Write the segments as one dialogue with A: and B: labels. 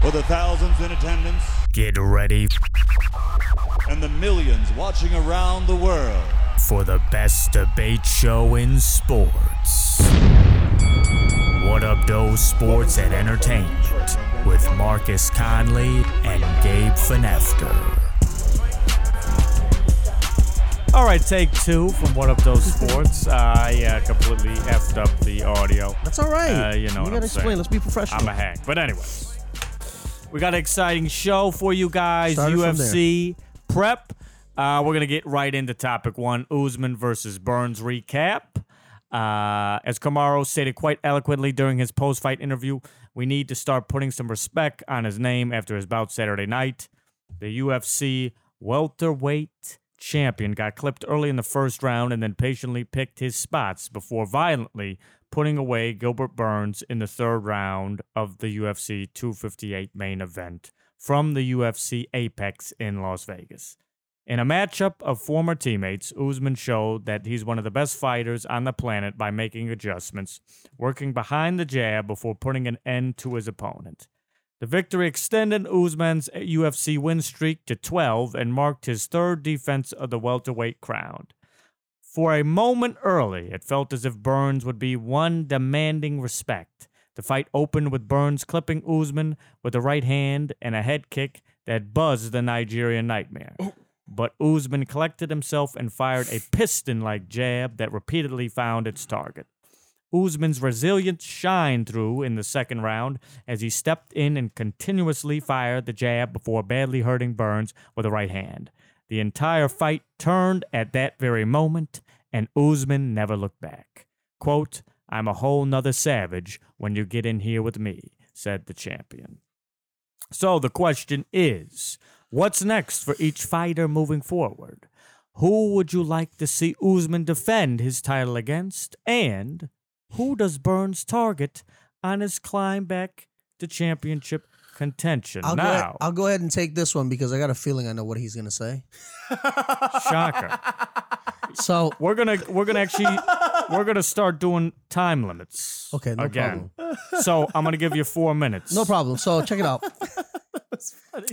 A: For the thousands in attendance
B: Get ready
A: and the millions watching around the world.
B: for the best debate show in sports. What Up Doe Sports and Entertainment with Marcus Conley and Gabe Finefter. All right, take two from What Up Doe Sports.
C: I uh, completely effed up the audio.
B: That's all right.
C: Uh, you know what
B: gotta
C: I'm
B: explain.
C: saying.
B: Let's be professional.
C: I'm a hack. But anyways, we got an exciting show for you guys.
B: Start it from
C: UFC prep. Uh, we're gonna get right into topic one: Usman versus Burns recap. Uh, as Camaro stated quite eloquently during his post-fight interview, we need to start putting some respect on his name after his bout Saturday night. The UFC welterweight champion got clipped early in the first round and then patiently picked his spots before violently putting away Gilbert Burns in the third round of the UFC 258 main event from the UFC Apex in Las Vegas. In a matchup of former teammates, Usman showed that he's one of the best fighters on the planet by making adjustments, working behind the jab before putting an end to his opponent. The victory extended Usman's UFC win streak to 12 and marked his third defense of the welterweight crown. For a moment early, it felt as if Burns would be one demanding respect. The fight opened with Burns clipping Usman with a right hand and a head kick that buzzed the Nigerian nightmare. But Usman collected himself and fired a piston like jab that repeatedly found its target. Usman's resilience shined through in the second round as he stepped in and continuously fired the jab before badly hurting Burns with a right hand. The entire fight turned at that very moment, and Usman never looked back. Quote, I'm a whole nother savage when you get in here with me, said the champion. So the question is what's next for each fighter moving forward? Who would you like to see Usman defend his title against? And who does Burns target on his climb back to championship contention?
D: I'll go, ahead,
C: now,
D: I'll go ahead and take this one because I got a feeling I know what he's going to say.
C: shocker.
D: So,
C: We're gonna we're gonna actually we're gonna start doing time limits.
D: Okay, no
C: again. So I'm gonna give you four minutes.
D: no problem. So, check it out.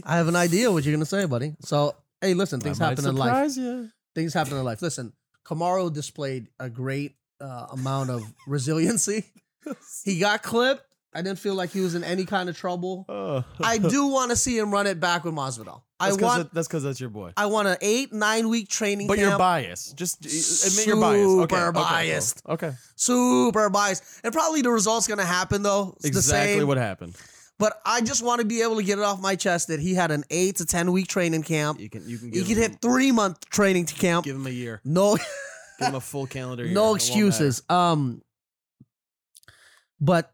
D: I have an idea what you're going to say, buddy. So, hey, listen, things happen in life.
E: you.
D: Things happen in life. Listen, Kamaro displayed a great uh, amount of resiliency. He got clipped. I didn't feel like he was in any kind of trouble. I do want to see him run it back with Masvidal. I
E: Uh, That's
D: want.
E: because that's your boy.
D: I want an eight, nine week training
E: But
D: camp.
E: you're biased. Just uh, admit you're biased. Okay,
D: Super
E: okay, cool.
D: biased.
E: Okay.
D: super biased. And probably the result's gonna happen though. It's the
E: Exactly
D: same.
E: what happened.
D: but I just want to be able to get it off my chest that he had an eight to ten week training camp.
E: You can you can
D: He
E: give
D: could
E: him,
D: hit three month training camp.
E: give him a year.
D: No,
E: Give him a full calendar year. It
D: no
E: won't matter.
D: excuses. Um, but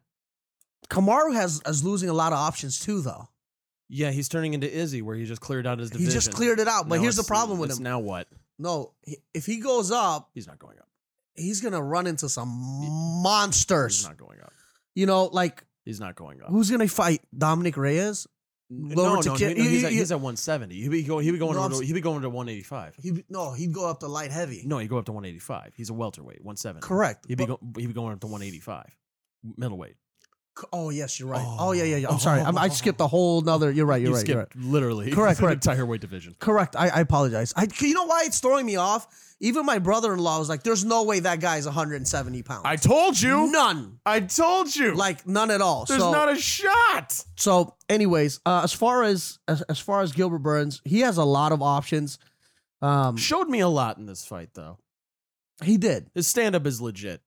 D: Kamaru has is losing a lot of options too, though.
E: Yeah, he's turning into Izzy where he just cleared out his division.
D: He just cleared it out. But
E: Now
D: here's the
E: it's-
D: problem with
E: it's
D: him.
E: Now what?
D: no, he- if he goes up,
E: He's not going up.
D: he's gonna run into some
E: He's
D: monsters.
E: not going up.
D: You know, like
E: He's not going up.
D: who's gonna fight Dominic Reyes?
E: no,
D: Lower
E: Oh. no,
D: to
E: no,
D: kid-
E: no, he's, at,
D: you-
E: he's at 170. He'd be going. He'd be going.
D: No, I'm
E: to,
D: s-
E: he'd be going to 185.
D: He no, he'd go up to light heavy.
E: No, he'd go up to 185. He's a welterweight. 170.
D: Correct.
E: He'd be,
D: But-
E: go, he'd be going up to 185. Middleweight.
D: oh yes, you're right.
E: Oh.
D: Oh, yeah, yeah, yeah. I'm sorry. I'm, I skipped a whole nother. You're right. You're
E: you
D: right. You're right.
E: skipped literally
D: Correct,
E: the
D: correct.
E: entire weight division.
D: Correct. I, I apologize. I you know why it's throwing me off. Even my brother-in-law was like, "There's no way that guy's 170 pounds."
E: I told you.
D: none.
E: I told you.
D: Like none at all.
E: There's
D: so
E: not a shot.
D: so anyways, uh, as far as, as as far as Gilbert Burns, he has a lot of options. Um,
E: Showed me a lot in this fight, though.
D: he did.
E: His stand up is legit.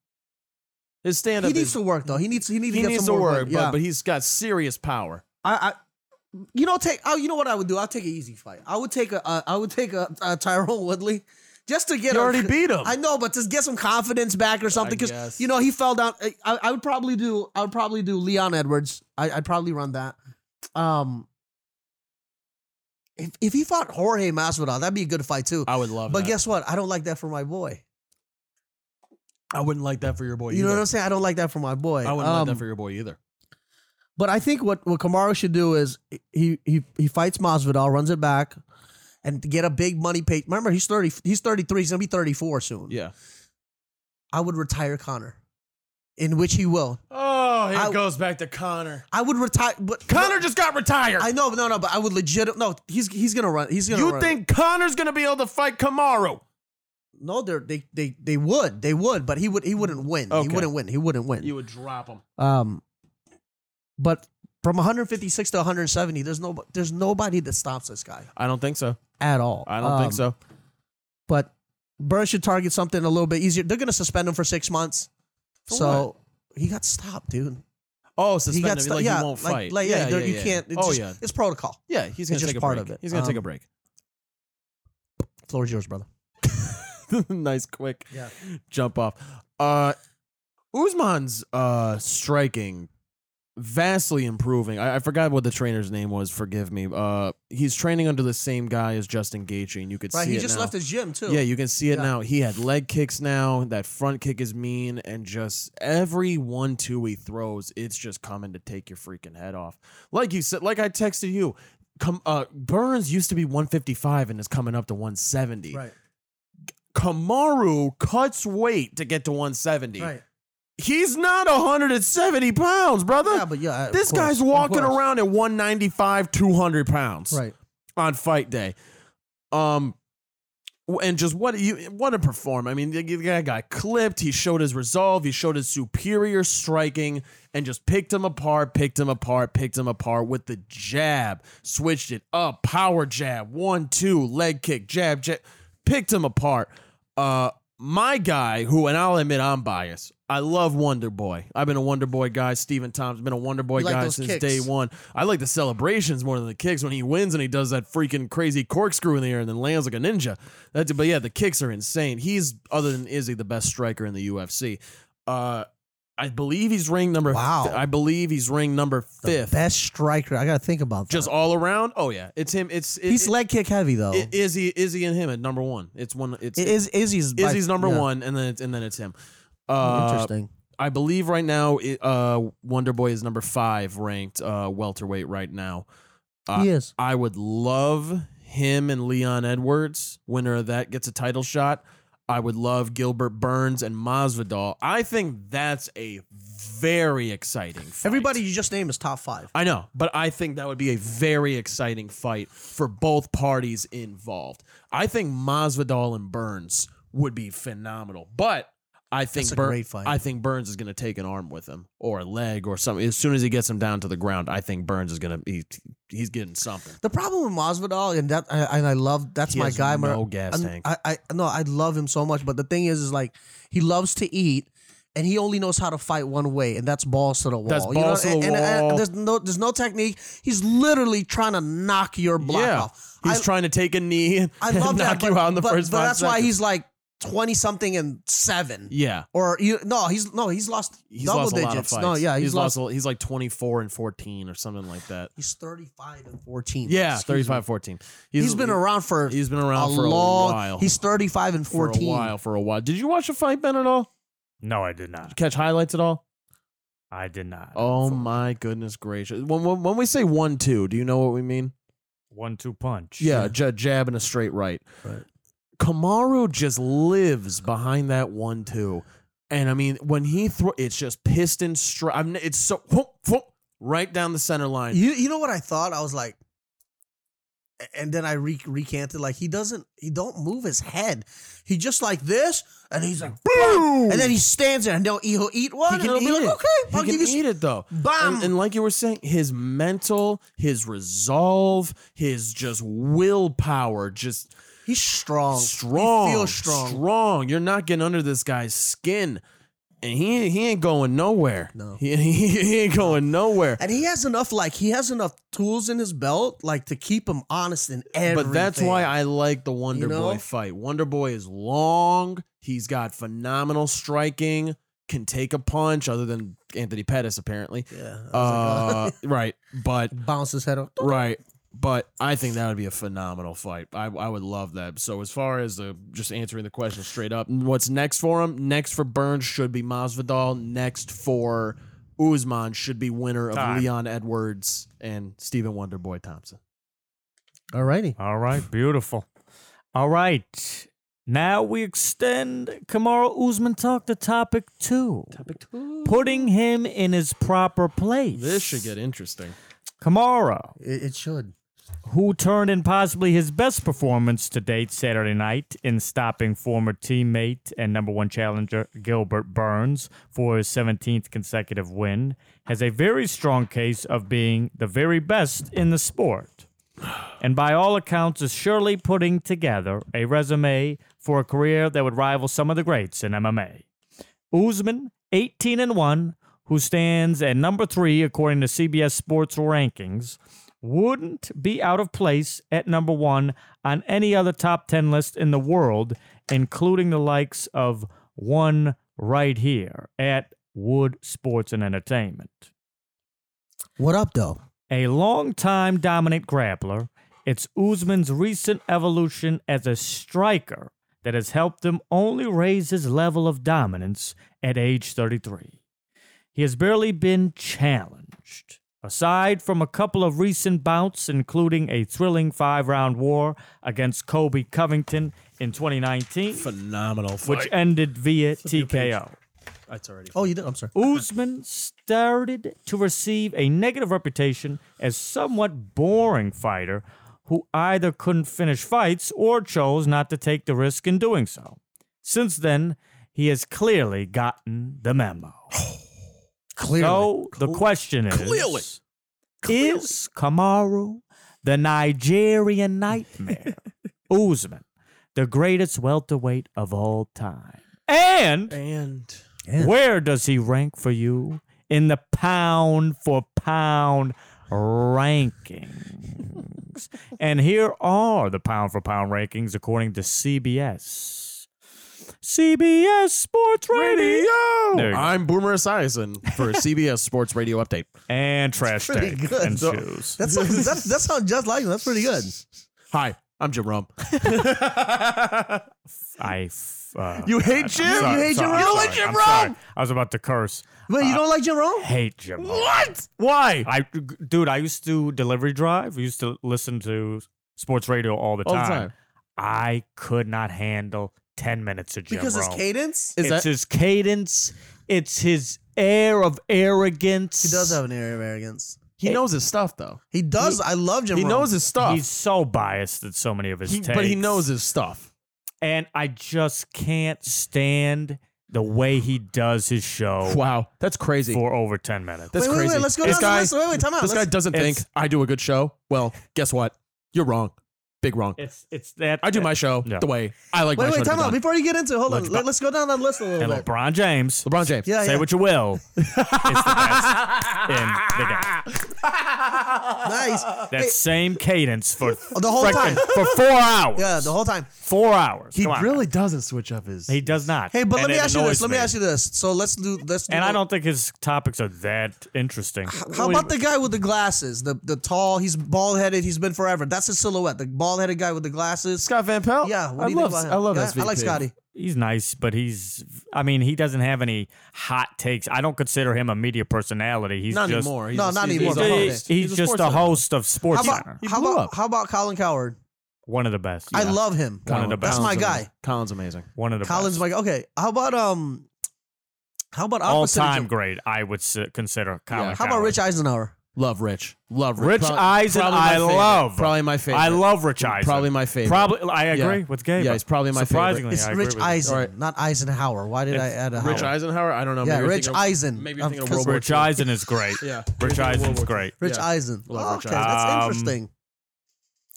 E: His stand
D: He
E: up
D: needs
E: is.
D: to work though. He needs he needs
E: he
D: to get
E: needs
D: some
E: to
D: more
E: work,
D: work.
E: but,
D: Yeah.
E: but he's got serious power.
D: I, I you know take oh you know what I would do? I'll take an easy fight. I would take a uh, I would take a, a Tyrone Woodley just to get
E: You
D: a-
E: already beat him.
D: I know, but just get some confidence back or something because
E: guess.
D: you know he fell down. I, I I would probably do I would probably do Leon Edwards. I, I'd probably run that. Um, if if he fought Jorge Masvidal, that'd be a good fight too.
E: I would love
D: but
E: that.
D: guess what? I don't like that for my boy.
E: I wouldn't like that for your boy
D: you know what
E: either.
D: I'm saying? I don't like that for my boy.
E: I wouldn't like
D: Um,
E: that for your boy either.
D: But I think what what Kamaro should do is he he he fights Masvidal, runs it back, and get a big money pay. Remember, he's thirty. He's thirty three. He's gonna be thirty four soon.
E: Yeah.
D: I would retire Connor, in which he will.
E: Oh, here
D: I-
E: it goes back to Connor.
D: I would retire, but
E: Connor just got retired.
D: I know, no, no, but I would legit. No, he's he's gonna run. He's gonna.
E: you
D: run.
E: think Connor's gonna be able to fight Kamaru?
D: No, they're, they they they would they would, but he would he wouldn't win.
E: Okay.
D: He wouldn't win. He wouldn't win.
E: would drop him.
D: Um, but from 156 to 170, there's no there's nobody that stops this guy
E: I don't think so.
D: at all.
E: I don't
D: Um,
E: think so.
D: But Burns should target something a little bit easier. They're gonna suspend him for six months.
E: For
D: so he got stopped, dude.
E: Oh,
D: He
E: suspended.
D: got
E: him,
D: sto-
E: like
D: yeah,
E: he won't
D: like,
E: fight.
D: Like, yeah, there- you can't. It's
E: oh
D: just-
E: yeah,
D: it's protocol.
E: yeah. He's
D: it's
E: gonna
D: just
E: take a
D: part
E: break.
D: of it.
E: He's gonna take a
D: Um,
E: break.
D: Floor is yours, brother.
E: nice quick
D: Yeah.
E: jump off. Uh Usman's uh striking vastly improving. I, I forgot what the trainer's name was, forgive me. Uh he's training under the same guy as Justin Gaethje and you could
D: Right,
E: see
D: he
E: it
D: just
E: now.
D: left his gym too.
E: Yeah, you can see it
D: Yeah.
E: now. He had leg kicks now. That front kick is mean, and just every one two he throws, it's just coming to take your freaking head off. Like you said, like I texted you, come uh, Burns used to be 155 and is coming up to 170.
D: right,
E: Kamaru cuts weight to get to 170.
D: right.
E: He's not 170 pounds, brother.
D: Yeah, but yeah, of
E: this
D: course,
E: guy's
D: of
E: walking
D: course.
E: around at 195, 200 pounds
D: Right.
E: on fight day. Um, w- and just what you what a perform. I mean, the the guy got clipped. He showed his resolve. He showed his superior striking, and just picked him apart, picked him apart, picked him apart with the jab. Switched it up, power jab, one two, leg kick, jab, jab. Picked him apart. Uh, my guy, who and I'll admit I'm biased. I love Wonder Boy. I've been a Wonder Boy guy. Steven Thompson been a Wonder Boy
D: You like
E: guy
D: those
E: since
D: kicks.
E: day one. I like the celebrations more than the kicks when he wins and he does that freaking crazy corkscrew in the air and then lands like a ninja. That's but yeah, the kicks are insane. He's other than Izzy the best striker in the UFC. Uh I believe he's ranked number
D: Wow.
E: I believe he's ranked number
D: The
E: fifth.
D: best striker. I gotta think about that.
E: Just all around. Oh yeah. It's him. It's it,
D: he's
E: it,
D: leg kick heavy though.
E: it- Izzy Izzy and him at number one. It's one it's
D: It is Izzy's. by-
E: Izzy's number
D: yeah.
E: one and then it's and then it's him.
D: Oh,
E: Uh,
D: Interesting.
E: I believe right now, it, uh, Wonder Boy is number five ranked uh, welterweight right now. Uh,
D: he is.
E: I would love him and Leon Edwards. Winner of that gets a title shot. I would love Gilbert Burns and Masvidal. I think that's a very exciting. Fight.
D: Everybody you just named is top five.
E: I know, but I think that would be a very exciting fight for both parties involved. I think Masvidal and Burns would be phenomenal, but I think
D: That's a
E: Bur-
D: great fight.
E: I think Burns is going to take an arm with him or a leg or something. As soon as he gets him down to the ground, I think Burns is going to he, he's getting something.
D: The problem with Masvidal and that, I, and I love that's
E: He
D: my
E: has
D: guy. Mar-
E: no gas
D: and
E: tank.
D: I, I no, I love him so much. But the thing is, is like he loves to eat, and he only knows how to fight one way, and that's balls to the wall.
E: That's balls to the
D: and, and- and
E: wall.
D: there's no, there's no technique. He's literally trying to knock your block
E: yeah,
D: off.
E: he's
D: I,
E: trying to take a knee and
D: I love that.
E: knock
D: But,
E: you out in the
D: but,
E: first.
D: but
E: five
D: that's why
E: seconds.
D: he's like twenty something and seven.
E: yeah.
D: Or you no, he's no, he's lost
E: He's
D: double
E: lost a
D: digits.
E: lot of fights.
D: No, yeah, he's, lost.
E: a- he's like 24 and 14 or something like that.
D: He's thirty five and fourteen.
E: Yeah,
D: Excuse me.
E: 35 14.
D: he's been around for
E: He's been around
D: a
E: for
D: long.
E: a while.
D: He's 35 and 14.
E: for a while. For a while. Did you watch the fight, Ben, at all?
C: No, I did not.
E: Catch highlights at all?
C: I did not.
E: Oh my goodness gracious! When, when, when we say one two, do you know what we mean?
C: One two punch.
E: Yeah, j- jab and a straight right.
D: Right.
E: Kamaru just lives behind that one two, and I mean when he throw, it's just piston straight. I'm it's so whoop, whoop, right down the center line.
D: You you know what I thought? I was like, and then I re- recanted. Like he doesn't, he don't move his head. He just like this, and he's like, boom, and then he stands there, and he'll he'll eat one.
E: He can
D: and
E: eat
D: he'll be
E: it.
D: like, okay,
E: He
D: I'll
E: can
D: give you.
E: eat it though.
D: Bam.
E: And, and like you were saying, his mental, his resolve, his just willpower, just
D: He's strong,
E: strong,
D: He feels strong.
E: strong. You're not getting under this guy's skin, and he he ain't going nowhere.
D: No.
E: he, he, he ain't going nowhere.
D: And he has enough, like he has enough tools in his belt, like to keep him honest in everything.
E: But that's why I like the Wonder
D: You know?
E: Boy fight. Wonder Boy is long. He's got phenomenal striking. Can take a punch, other than Anthony Pettis apparently.
D: yeah, I was
E: Uh,
D: like,
E: right, but
D: oh. bounce his head up.
E: Right. But I think that would be a phenomenal fight. I, I would love that. So as far as the just answering the question straight up, what's next for him? Next for Burns should be Masvidal. Next for Usman should be winner of
C: Time.
E: Leon Edwards and Stephen Wonderboy Thompson.
D: Alrighty,
C: All right. Beautiful. All right. Now we extend Kamaru Usman talk to topic two. Topic two. Putting him in his proper place.
E: This should get interesting.
C: Kamara,
D: It, it should.
C: who turned in possibly his best performance to date Saturday night in stopping former teammate and number one challenger Gilbert Burns for his 17th consecutive win, has a very strong case of being the very best in the sport. And by all accounts, is surely putting together a resume for a career that would rival some of the greats in MMA. Usman, 18 and 1, who stands at number 3 according to CBS Sports rankings, wouldn't be out of place at number 1 on any other top 10 list in the world, including the likes of one right here at Wood Sports and Entertainment.
D: What up, though?
C: A long-time dominant grappler, it's Usman's recent evolution as a striker that has helped him only raise his level of dominance at age 33. He has barely been challenged. Aside from a couple of recent bouts, including a thrilling five round war against Kobe Covington in 2019,
E: Phenomenal.
C: which
E: Which
C: ended via TKO.
E: that's already.
D: Oh, you did? I'm sorry.
C: Usman started to receive a negative reputation as somewhat boring fighter who either couldn't finish fights or chose not to take the risk in doing so. Since then, he has clearly gotten the memo.
D: Clearly.
C: So the question is
E: Clearly.
C: Is Kamaru the Nigerian nightmare? Usman, the greatest welterweight of all time. And
E: And
D: Yeah.
C: where does he rank for you in the pound for pound rankings? and here are the pound for pound rankings according to CBS. CBS Sports Radio. There you go.
E: I'm Boomer Esiason for CBS Sports Radio Update.
C: And trash
D: pretty
C: tape
D: good,
C: and
D: though.
C: shoes.
D: That's, that's, that sounds just like him. That's pretty good.
E: Hi, I'm Jim Rome.
C: I f- uh,
E: You hate Jim?
C: I'm sorry,
D: You hate
C: sorry,
D: Jerome?
C: I'm
D: You don't like
C: sorry, I'm
D: Jerome?
C: sorry. I was about to curse.
D: Wait, you don't like Jerome?
C: Hate Jerome.
E: What? Why?
C: I, dude, I used to delivery drive. Used to listen to sports radio all the
E: All the
C: time.
E: time.
C: I could not handle ten minutes of Jim
D: Because his
C: Rome.
D: cadence?
E: Is
C: it's
E: that
C: his cadence. It's his air of arrogance.
D: He does have an air of arrogance.
E: he knows his stuff though?
D: He does. I love Jim
E: He
D: Rome.
E: knows his stuff.
C: He's so biased at so many of his
E: He-
C: takes,
E: but he knows his stuff.
C: and I just can't stand the way he does his show
E: Wow, that's crazy.
C: for over ten minutes.
E: That's
D: Wait, wait, wait,
E: crazy.
D: let's go
E: this
D: down the
E: guy,
D: list. Wait, wait, time out.
E: This
D: Let's-
E: guy doesn't think
C: It's-
E: I do a good show. Well, guess what? You're wrong. Big wrong.
C: it's it's that
E: I do my show
C: Yeah.
E: the way I like
D: Wait,
E: my show.
D: wait,
E: to
D: time
E: be
D: out.
E: done.
D: Before you get into it, hold
C: Let's
D: on. Let, us go down that list a little
C: and
D: bit.
C: LeBron James.
E: LeBron James.
D: Yeah,
C: say
D: yeah.
C: what you will, it's the best in the game.
D: nice.
C: That
D: Hey,
C: same cadence for
D: the whole
C: frickin-
D: time.
C: for four hours.
D: Yeah, the whole time.
C: four hours.
E: He
C: Come on,
E: really
C: man.
E: doesn't switch up his.
C: he does not.
D: Hey, but
C: And
D: let me
C: it
D: ask you this.
C: annoys
D: Let me ask you this. So let's do let's. do
C: And I
D: the-
C: don't think his topics are that interesting.
D: How about the guy with the glasses? The the tall. He's bald headed. He's been forever. That's his silhouette. The bald headed guy with the glasses.
E: Scott Van Pelt.
D: Yeah, what
E: I
D: do you
E: love.
D: Think about him?
E: I love
D: Yeah,
E: SVP.
D: I like Scotty.
C: He's nice, but he's. I mean, he doesn't have any hot takes. I don't consider him a media personality. He's
E: Not
C: just,
E: anymore. He's
D: No,
E: just-
D: not
E: he's
D: anymore.
E: a
D: He's-
E: host.
C: He's, just
E: sports
C: a
E: announcer.
C: host of
D: How
C: Sports
D: about
C: Center.
E: He
D: how
E: blew
D: about
E: up.
D: how about Colin Coward?
C: One of the best.
D: I love him.
C: One of the
D: That's
C: best.
D: my
E: Colin's
D: guy.
E: amazing. Colin's amazing.
C: One of the
D: Colin's
C: best.
D: my guy. Okay. How about um? How about
C: all
D: opposite of
C: time
D: Jim-
C: great. I would s- consider Colin.
E: Yeah.
D: How about
C: Coward.
D: Rich Eisenhower?
E: Love Rich. Love Rich.
C: Rich
E: Prob-
C: Eisen,
E: probably my
C: I
E: favorite.
C: love.
E: Probably my favorite.
C: I love Rich Eisen.
E: Probably my favorite.
C: Probably, I
E: Yeah.
C: agree with Gabe.
E: Yeah, he's probably my favorite.
C: Surprisingly,
D: It's
C: I agree
D: Rich
C: with you.
D: Eisen,
E: All right.
D: not Eisenhower. Why did I
C: It's
D: add a
E: Rich
D: Howard?
E: Eisenhower. I don't know.
D: Yeah,
E: maybe you're
D: Rich
E: thinking of-
D: Eisen.
E: Maybe you're
D: Um,
E: thinking of
D: 'cause
E: World War
C: Rich
E: II.
C: Eisen is great.
E: Yeah.
C: Rich
E: World
C: Eisen's
E: War II.
C: great.
D: Rich
E: Yeah.
D: Eisen.
E: Love Rich
D: okay,
C: Eisen.
D: that's
C: Um,
D: interesting.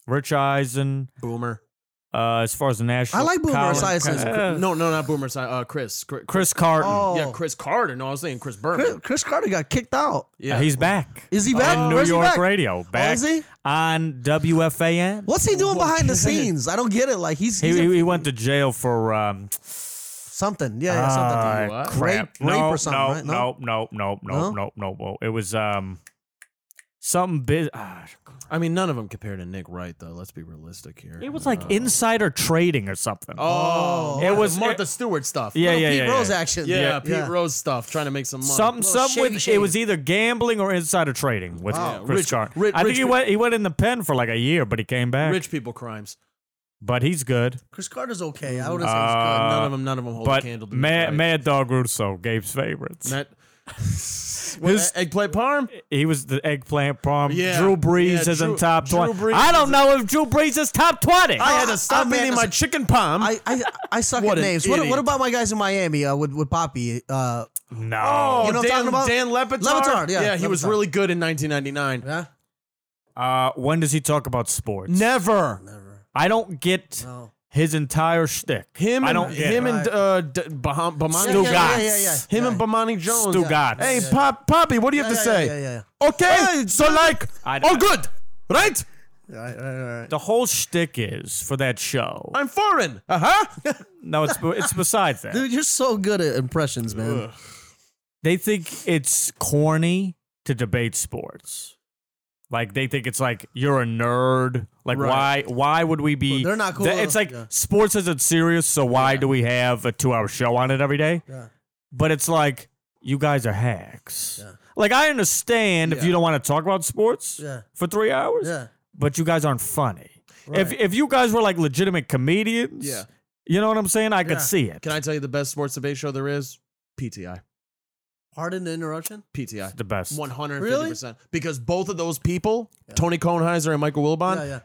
C: Rich Eisen,
E: Boomer.
C: uh, as far as the national,
D: I like Boomer
C: Colin-
D: Esiason.
C: Uh,
E: no, no, not Boomer. Si- Uh, Chris. Chris.
C: Chris Carton.
D: Oh.
E: Yeah, Chris Carter. No, I was saying Chris Berman.
D: Chris, Chris Carter got kicked out.
E: Yeah,
C: he's back.
D: Is he back?
C: in New
D: Where's he
C: York
D: back? Oh,
C: radio? Back
D: is he?
C: on WFAN.
D: What's he doing behind the
E: Okay.
D: scenes? I don't get it. Like he's,
C: He,
D: he's a-
C: he, he went to jail for um,
D: something. Yeah, yeah something.
C: uh,
E: What?
C: crap.
D: Rape- rape
C: no,
D: or something,
C: no,
D: right?
C: no,
D: No?
C: no, no, no,
D: No?
C: no, no, no. It was um, something biz. ah,
E: I mean, none of them compared to Nick Wright, though. Let's be realistic here.
C: it was like insider trading or something.
E: Oh,
C: It
E: it
C: was-
E: was Martha Stewart stuff.
C: yeah,
D: Little
C: yeah,
D: Pete
C: yeah,
D: Rose
C: yeah.
D: action.
E: yeah, Pete Rose stuff, trying to make some money.
C: Some, some
D: shady,
C: with it
D: shady.
C: was either gambling or insider trading with
E: Wow.
C: Chris
E: Rich-
C: Carton.
E: ri-
C: I think
E: rich
C: he
E: pe-
C: went he went in the pen for like a year, but he came back.
E: rich people crimes.
C: but he's good.
D: Chris Carter's okay. I wouldn't say he's good.
C: Uh,
E: none of them, none of them hold a
C: but
E: candle to Mr.
C: Mad,
E: Right.
C: Mad Dog Russo, Gabe's favorites.
E: Matt- What,
C: His-
E: e- eggplant parm?
C: he was the eggplant prom.
E: Yeah.
C: Drew Brees
E: Yeah,
C: isn't
E: Drew-
C: top
E: Drew
C: twenty.
E: Brees
C: I don't
E: is-
C: know if Drew Brees is top twenty.
E: Oh, I had
D: I-
E: to stop
D: I'm mad
E: eating
D: as
E: my
D: a-
E: chicken palm.
D: I, I I suck at
E: What an
D: names. What, what
E: idiot.
D: about my guys in Miami uh, with with Poppy? Uh,
C: no.
E: oh,
D: You know what I'm
E: Dan,
D: talking about?
E: Dan Lepetard.
D: Lepetard, yeah,
E: he was
D: Lepetard.
E: really good in 1999.
D: yeah,
E: Oh.
C: Uh, when does he talk about sports?
E: Never.
D: never.
C: I don't get
D: No.
C: his entire shtick.
E: Him
C: I
E: and
C: don't get
E: him
C: it.
E: and uh, D- Baham- Bomani
C: Stu
E: Jones.
C: Gatz.
E: Him and Bomani Jones.
C: Stu Gatz.
E: Hey, Pop, Poppy, what do you
D: Yeah,
E: have
D: yeah,
E: to say?
D: yeah, yeah,
E: Okay, so like,
C: I-
E: all good, right?
D: yeah. All right, all right, all right.
C: the whole shtick is for that show.
E: I'm foreign. Uh huh.
C: No, it's it's besides that.
D: Dude, you're so good at impressions, man.
C: they think it's corny to debate sports. Like they think it's like you're a nerd. Like why why would we be?
D: Well, they're not cool.
C: It's like
D: Yeah.
C: sports isn't serious, so why do we have a two hour show on it every day?
D: Yeah.
C: But it's like you guys are hacks.
D: Yeah.
C: Like I understand if
D: Yeah.
C: you don't want to talk about sports
D: Yeah.
C: for three hours,
D: Yeah.
C: but you guys aren't funny. If
D: Right.
C: if you guys were like legitimate comedians,
E: Yeah.
C: you know what I'm saying? I
D: Yeah.
C: could see it.
E: Can I tell you the best sports debate show there is? PTI.
D: Pardon the interruption.
E: PTI.
C: the best.
E: 150%.
D: Really?
E: Because both of those people, Tony Kornheiser and Michael Wilbon,
D: Yeah, yeah.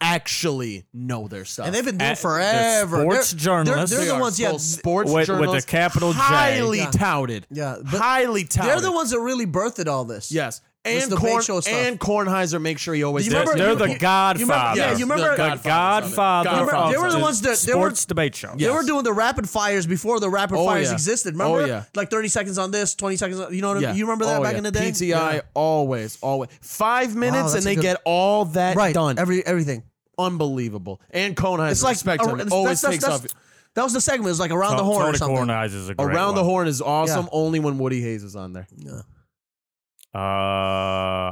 E: actually know their stuff.
D: And they've been doing
C: At- they're
D: forever.
C: sports
D: They're-
C: journalists.
D: They're,
E: They
D: the
E: are
D: ones, yeah.
E: full sports
C: With- with a
E: journalists,
C: capital J.
E: highly
D: Yeah.
E: touted,
D: Yeah, but
E: highly touted.
D: They're the ones that really birthed all this.
E: yes.
D: It's
E: And
D: the big
E: Korn,
D: show stuff.
E: and Kornheiser make sure he always
D: Do you
C: They're,
E: does.
D: remember-
C: they're the
D: you- you
C: Godfather.
D: remember- yeah, you remember-
E: The Godfathers of it.
C: Godfather.
E: Godfathers
D: Remember- they
C: of
D: were the
C: the
D: ones that- they were-
C: sports debate show.
D: They were doing the rapid fires before the rapid
E: Oh,
D: fires
E: yeah.
D: existed.
E: Oh,
D: Remember,
E: yeah.
D: like thirty seconds on this, twenty seconds. On, you know, what I
E: Yeah.
D: mean? you remember that
E: Oh,
D: back
E: yeah.
D: in the day.
E: PTI
D: Yeah. Oh,
E: always, always five minutes,
D: that's
E: and
D: a
E: they
D: good-
E: get all that
D: right?
E: eh, done.
D: Every everything.
E: Unbelievable. And Kornheiser,
D: It's like
E: respect
D: a-
E: him.
D: it's-
E: Always
D: that's-
E: takes
D: that's-
E: off.
D: That was the segment. It was like around the horn or
C: Oh, Tony
D: something.
C: Kornheiser is a great
E: Around the
C: one.
E: horn is awesome.
D: Yeah.
E: Only when Woody Hayes is on there.
C: Uh,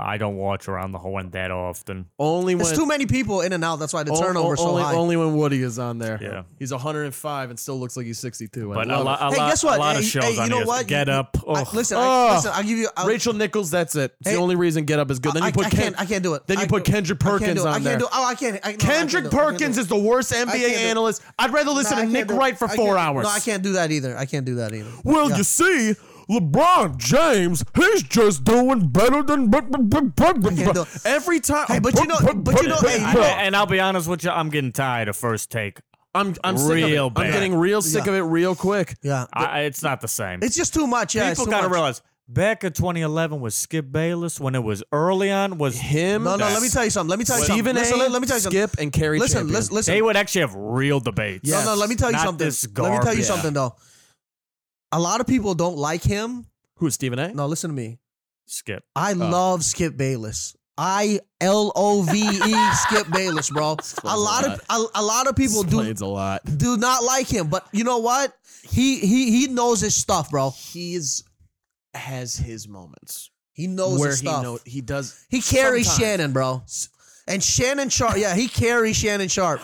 C: I don't watch Around the Horn that often.
E: Only when
D: There's too many people in and out. That's why the
E: o-
D: turnover so
E: Oh, only,
D: high.
E: only when Woody is on there.
C: Yeah.
E: he's 105 and still looks like he's 62. I
C: But a,
E: love
C: lo-
E: it.
C: a,
D: hey,
C: lot,
D: guess what?
C: a lot
D: hey,
C: of shows
D: hey, you
C: on
D: know
C: here.
D: what?
C: Get
D: You-
C: up.
D: I,
C: Ugh.
D: listen,
E: Ugh.
D: I, listen. I'll give you. I'll,
E: Oh. Rachel Nichols, that's it. It's
D: Hey,
E: the only reason Get Up is good. Then
D: I,
E: you put
D: I
E: Ken-
D: can't. I can't do it.
E: Then you
D: I
E: put
D: can't-
E: Kendrick
D: I can't
E: Perkins
D: do it.
E: on
D: I can't
E: there.
D: do. Oh, I can't. I, no, I can't
E: Kendrick
D: do it. I can't do
E: Perkins
D: it.
E: is the worst
D: can't do
E: NBA
D: it.
E: analyst. I'd rather
D: No,
E: listen
D: I
E: to
D: can't
E: Nick
D: do it.
E: Wright for
D: I
E: four
D: can't-
E: hours.
D: No, I can't do that either. I can't do that either.
E: Well,
D: Yeah.
E: you see, LeBron James, he's just doing better than
D: do it.
E: every time.
D: Hey, but you know- but you know- hey,
C: I-
D: you know-
C: and I'll be honest with you, I'm getting tired of first take.
E: I'm I'm sick
C: Real
E: of it. I'm
C: bad.
E: getting real sick
D: Yeah.
E: of it real quick.
D: Yeah,
C: I, it's not the same.
D: it's just too much. Yeah,
C: People
D: it's too
C: gotta
D: much.
C: realize back in 2011 was Skip Bayless when it was early on was
E: Him,
D: No, no. Let me tell you something. Let me tell you
E: Stephen
D: something.
E: A.
D: Listen, let, let me tell you something.
E: Skip and Kerry.
D: Listen,
E: Champion.
D: listen, listen.
C: they would actually have real debates.
E: Yes.
D: No, no. Let me tell you
C: Not
D: something.
C: this
D: let me tell you
C: garbage.
D: something though. A lot of people don't like him.
E: Who's Stephen A?
D: No, listen to me.
C: Skip.
D: I love Skip Bayless. I L O V E Skip Bayless, bro. A lot of a, a lot of people do
E: a lot.
D: do not like him, but you know what? He he he knows his stuff, bro.
E: He's has his moments
D: He knows
E: where
D: his
E: he
D: stuff.
E: know he does.
D: he carries
E: sometimes.
D: Shannon, bro. And Shannon Sharp, yeah, he carries Shannon Sharp.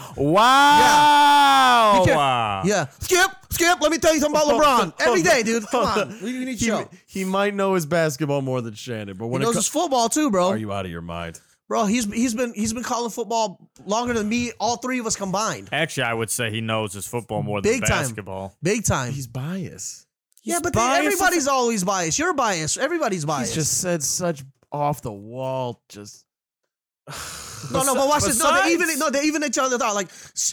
C: Wow.
D: He
C: Oh, Wow.
D: Yeah, Skip, Skip. Let me tell you something about LeBron every day, dude. Come on, we need
E: He,
D: show.
E: he might know his basketball more than Shannon, but
D: He
E: when it
D: knows
E: co-
D: his football too, bro.
E: are you out of your mind?
D: bro, he's he's been he's been calling football longer than me, all three of us combined,
C: Actually, I would say he knows his football more
D: Big
C: than
D: time.
C: basketball.
D: big time.
E: He's biased.
D: yeah, but they-
E: biased as-
D: everybody's always biased. You're biased. Everybody's biased.
E: He's just said such off the wall. Just
D: no, no, but watch this. No, they
E: Besides-
D: even no, they even each other out. Like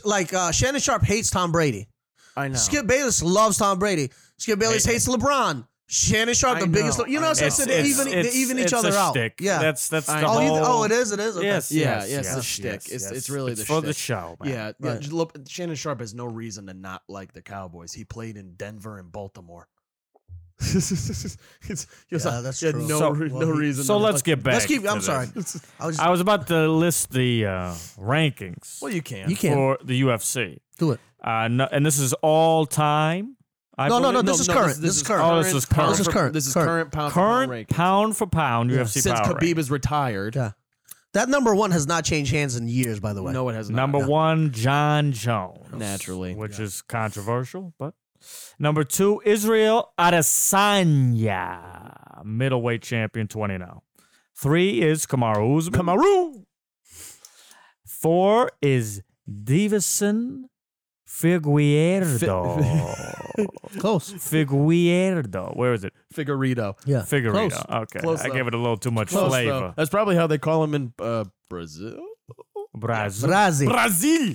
D: like uh, Shannon Sharp hates Tom Brady.
E: I know.
D: Skip Bayless loves Tom Brady. Skip Bayless hates LeBron. Shannon Sharp,
E: I
D: the
E: know,
D: biggest. You know
E: I
D: what
E: know.
D: I'm saying? So They
E: It's-
D: even they
C: it's-
D: even each
C: it's
D: other
C: a
D: out.
C: shit.
D: Yeah.
C: That's that's the
E: I-
D: oh, you,
C: whole.
D: oh, it is. It is. Okay.
C: Yes,
E: Yeah,
C: yes,
E: yeah, it's the
C: yes,
E: shtick.
C: yes,
E: It's-
C: yes.
E: it's really the
C: for the
E: shtick.
C: show. Man.
E: Yeah,
D: Right.
E: yeah. look, Shannon Sharp has no reason to not like the Cowboys. He played in Denver and Baltimore. it's, he was
D: Yeah,
E: like,
D: that's
E: he had
D: true.
E: No,
C: So-
E: re-
D: well,
E: no
D: he-
E: reason.
C: So
E: to
C: let's
E: like-
C: get back.
D: Let's keep.
C: to
D: I'm
C: this.
D: sorry. I was.
C: I was about to list the uh, rankings
E: Well, you can.
D: you can't
C: for the UFC,
D: do it.
C: uh, no, and this is all time. I
D: No, no,
C: believe?
D: no, this is current. This is current.
C: Oh, this is current.
D: This is
E: for-
D: current.
E: This is
D: Current.
E: current pound for pound
C: current
E: ranking.
C: pound for pound UFC
E: Since
C: power
E: Khabib
C: ranking.
E: is retired,
D: Yeah. That number one has not changed hands in years. By the way.
E: no, it has not.
C: Number one, John Jones.
E: Naturally.
C: Which is controversial, but. Number two, Israel Adesanya, middleweight champion, 20 now. Three is Kamaru Usman. Kamaru. Four is Davison Figueredo.
D: Close.
C: Figueredo. Where is it?
E: Figueredo.
D: Yeah.
C: Figueredo.
E: Close.
C: Okay.
E: Close,
C: I
E: though.
C: gave it a little too much
E: Close, though.
C: flavor.
E: That's probably how they call him in uh, Brazil.
C: Brazil.
D: Brazil.
E: Brazil.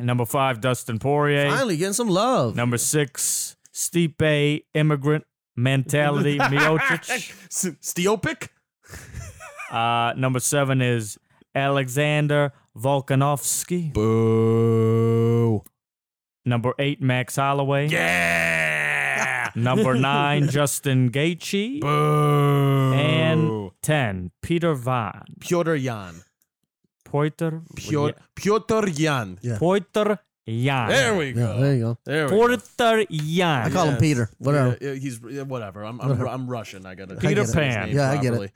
C: Number five, Dustin Poirier.
D: Finally getting some love.
C: Number six, Stipe immigrant mentality, Miocic.
E: Steelpick.
C: Uh, number seven is Alexander Volkanovsky.
E: Boo.
C: Number eight, Max Holloway.
E: Yeah.
C: Number nine, Justin Gaethje.
E: Boo.
C: And ten, Peter Van.
E: Piotr Jan.
C: Poiter.
E: Piotr, Piotr Jan.
D: Yeah.
C: Poiter Jan.
E: There we
D: Yeah,
E: go.
D: Oh, there you go.
E: There we go.
C: Poiter
D: I
C: Jan.
D: call him
E: Yes.
D: Peter. Whatever.
E: Yeah, yeah, he's yeah, whatever. I'm I'm,
D: Whatever.
E: I'm Russian. I got to
C: Peter Pan.
D: Yeah, I get it.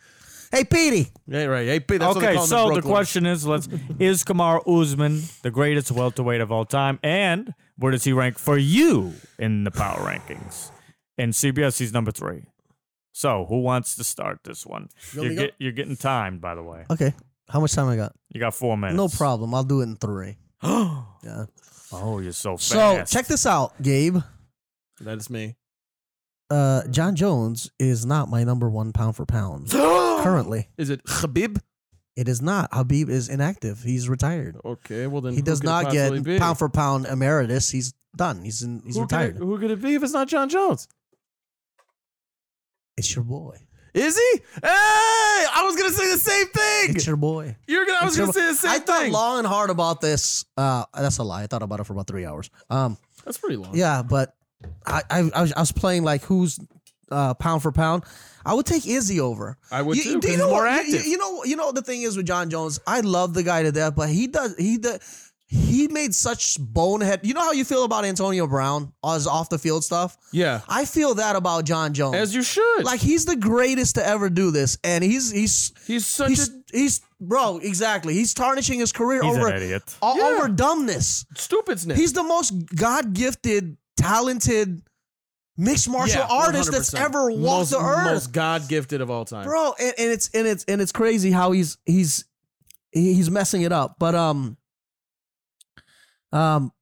D: Hey, Petey.
E: Yeah, right. Hey, Pete, that's what they
C: Okay,
E: call him in
C: so the
E: Brooklyn.
C: question is: Let's is Kamar Usman the greatest welterweight of all time, and where does he rank for you in the power rankings? In CBS, he's number three. So who wants to start this one?
D: You
C: You're,
D: want me to
C: get, you're getting timed, by the way.
D: Okay. How much time I got?
C: You got four minutes.
D: No problem. I'll do it in three. yeah.
C: Oh, you're so fast.
D: So check this out, Gabe.
E: That is me.
D: Uh, John Jones is not my number one pound for pound currently.
E: Is it Khabib?
D: It is not. Habib is inactive. He's retired.
E: Okay, well then
D: He
E: who
D: does
E: could it
D: not
E: possibly
D: get
E: be?
D: pound for pound emeritus. He's done. He's in, he's
E: who
D: retired.
E: Could it, who could it be if it's not John Jones?
D: it's your boy.
E: Is he? Hey, I was gonna say the same thing.
D: It's your boy.
E: You're gonna. I
D: it's
E: was
D: your
E: gonna
D: boy.
E: say the same
D: I thought
E: thing.
D: long and hard about this. Uh, that's a lie. I thought about it for about three hours. Um,
E: That's pretty long.
D: yeah, but I I, I, was, I was playing like who's uh, pound for pound. I would take Izzy over.
E: I would too, 'cause
D: you
E: he's
D: know
E: more
D: what- you-
E: active.
D: You, you know, you know the thing is with John Jones. I love the guy to death, but he does he does. He made such bonehead. You know how you feel about Antonio Brown as off the field stuff.
E: Yeah.
D: I feel that about John Jones.
E: As you should.
D: like he's the greatest to ever do this, and he's he's
E: he's such
D: he's he's bro exactly. He's tarnishing his career
C: he's
D: over
C: an idiot.
D: all
E: Yeah.
D: over dumbness.
E: a stupid snitch.
D: He's the most God gifted, talented mixed martial
E: Yeah,
D: artist that's
E: 100%.
D: ever walked
E: most,
D: the earth,
E: Most God gifted of all time.
D: bro. And, and it's and it's and it's crazy how he's he's he- he's messing it up. But um, um,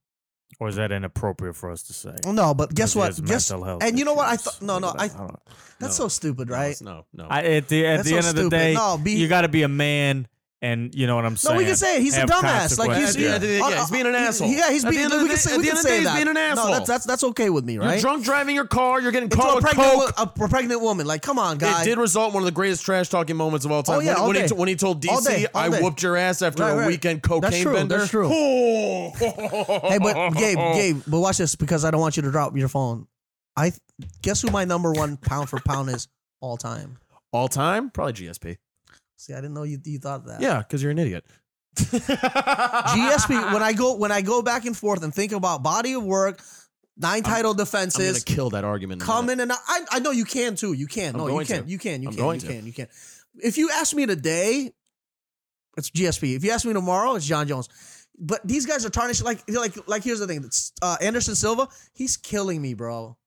C: Or is that inappropriate for us to say?
D: no. But Mm, guess
C: He
D: what?
C: has
D: Guess
C: mental health
D: and you know what? I
C: issues.
D: thought no, no.
C: Look
D: I
C: at that. don't know.
D: that's
E: No.
D: so stupid,
E: No,
D: right?
E: it's- No, no.
C: I, at the at the
D: That's so
C: end of the
D: stupid.
C: day,
D: No, be-
C: you got to be a man, and you know what I'm saying.
D: No, we can say it. He's
C: Have
D: a dumbass. Like he's,
C: consequences.
E: Yeah, at the end of the day, yeah, he's being an
D: he-
E: asshole.
D: Yeah, he's
E: At the
D: being.
E: end of
D: We
E: the
D: can
E: day-
D: say,
E: at
D: we
E: the
D: can
E: end of
D: say
E: the day, he's
D: that.
E: being an asshole.
D: No, that's that's that's okay with me,
E: You're
D: right?
E: drunk driving your car. You're getting
D: Into
E: caught
D: a
E: with
D: pregnant, wo-
E: coke.
D: a a pregnant woman. Like, come on, guy.
E: It did result in one of the greatest trash talking moments of all time.
D: Oh, yeah,
E: when,
D: all
E: when,
D: day.
E: he, t- when he told DC,
D: All day, all
E: "I
D: day.
E: whooped your ass after
D: Right,
E: a
D: right.
E: weekend cocaine
D: That's true,
E: bender."
D: that's true. hey, but Gabe, Gabe, but watch this because I don't want you to drop your phone. I th- guess who my number one pound for pound is all time.
E: all time, probably GSP.
D: See, I didn't know you you thought that.
E: Yeah, because you're an idiot.
D: GSP. When I go when I go back and forth and think about body of work, nine title
E: I'm gonna
D: defenses,
E: kill that argument. in a
D: come
E: minute.
D: in and out. I, I know you can too. You can.
E: I'm
D: no, you
E: going
D: can.
E: to.
D: You can. You
E: I'm
D: can.
E: going
D: you
E: to.
D: can. You can. If you ask me today, it's GSP. If you ask me tomorrow, it's John Jones. But these guys are tarnished. Like, like, like. Here's the thing. It's, Uh, Anderson Silva, he's killing me, bro.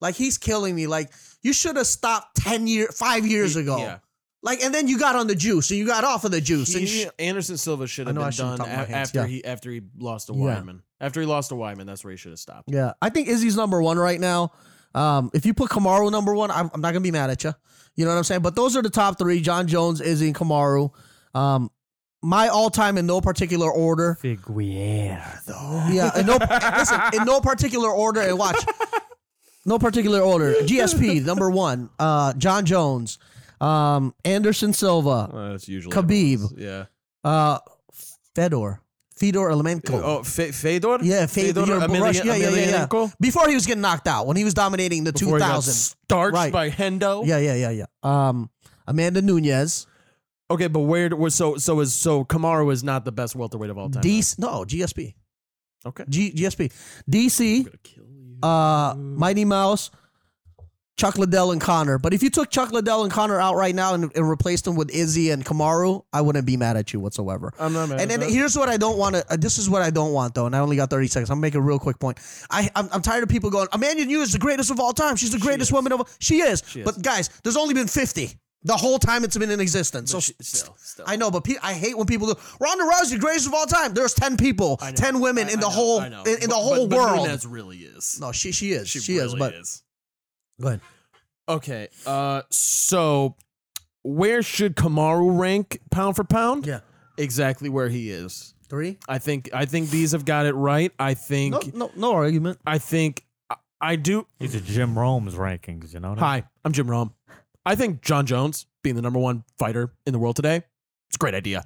D: Like he's killing me. Like you should have stopped ten year, five years
E: He-
D: ago.
E: yeah.
D: Like, and then you got on the juice, and you got off of the juice. and
E: He-
D: sh-
E: Anderson Silva should
D: I
E: have
D: know I
E: been
D: shouldn't
E: done
D: talk
E: a-
D: with my hands,
E: after
D: yeah.
E: he after he lost to
D: Yeah.
E: Wyman. After he lost to Wyman, that's where he should have stopped.
D: Yeah, I think Izzy's number one right now. Um, if you put Kamaru number one, I'm, I'm not gonna be mad at you. You know what I'm saying? But those are the top three: John Jones, Izzy, and Kamaru. Um, my all-time in no particular order.
C: Figueredo.
D: Yeah, in no listen in no particular order. And watch, no particular order. GSP number one. Uh, John Jones, um, Anderson Silva,
E: Well, that's usually
D: Khabib.
E: everyone's. Yeah.
D: uh, Fedor, Fedor Elemenko.
E: Oh, Fe- Fedor.
D: Yeah, Fe-
E: Fedor
D: you're
E: Emelian-
D: Russian- yeah, yeah, yeah, yeah.
E: Emelianenko?
D: Before he was getting knocked out, when he was dominating the
E: Before he got
D: 2000.
E: starched
D: Right.
E: by Hendo.
D: Yeah, yeah, yeah, yeah. Um, Amanda Nunez,
E: Okay, but where was so so is so Kamaru is not the best welterweight of all time.
D: DC, no GSP,
E: then? Okay.
D: G, GSP, DC, uh, Mighty Mouse, Chuck Liddell and Connor. But if you took Chuck Liddell and Connor out right now and, and replaced them with Izzy and Kamaru, I wouldn't be mad at you whatsoever.
E: I'm not mad.
D: And
E: at
D: then
E: that.
D: here's what I don't want to. Uh, this is what I don't want though, and I only got 30 seconds. I'm making a real quick point. I I'm, I'm tired of people going. Amanda Nunes is the greatest of all time. She's the greatest woman of. all-" She is.
E: She is.
D: But guys, there's only been 50. The whole time it's been in existence. So
E: sh- still, still.
D: I know, but pe- I hate when people do. Ronda Rousey, greatest of all time. There's ten people,
E: I know.
D: ten women
E: I-
D: in
E: I
D: the
E: know,
D: whole
E: I
D: in,
E: know.
D: in the
E: But-
D: whole
E: but,
D: world.
E: But Nunez really is.
D: no, she she is, she, is.
E: really
D: But go ahead.
E: Okay. Uh, so where should Kamaru rank pound for pound?
D: Yeah,
E: Exactly where he is.
D: three.
E: I think I think these have got it right. I think
D: No, no, no argument.
E: I think I, I do.
C: These are Jim Rome's rankings, you know? What I mean?
E: Hi, I'm Jim Rome. I think John Jones being the number one fighter in the world today, it's a great idea.